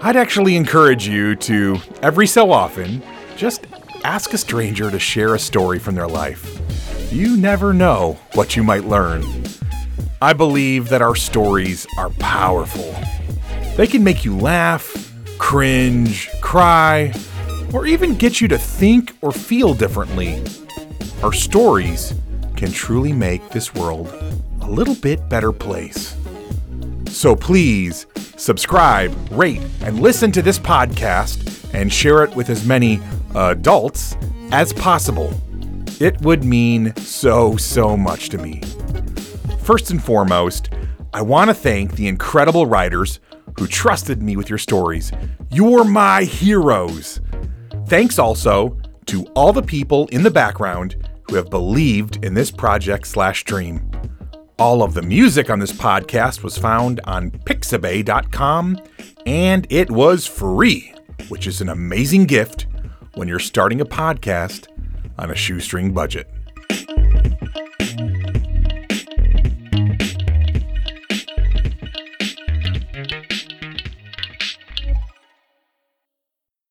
[SPEAKER 8] I'd actually encourage you to, every so often, just ask a stranger to share a story from their life. You never know what you might learn. I believe that our stories are powerful. They can make you laugh, cringe, cry, or even get you to think or feel differently. Our stories can truly make this world a little bit better place. So please subscribe, rate, and listen to this podcast and share it with as many adults as possible. It would mean so, so much to me. First and foremost, I want to thank the incredible writers who trusted me with your stories. You're my heroes. Thanks also to all the people in the background who have believed in this project slash dream. All of the music on this podcast was found on pixabay.com and it was free, which is an amazing gift when you're starting a podcast on a shoestring budget.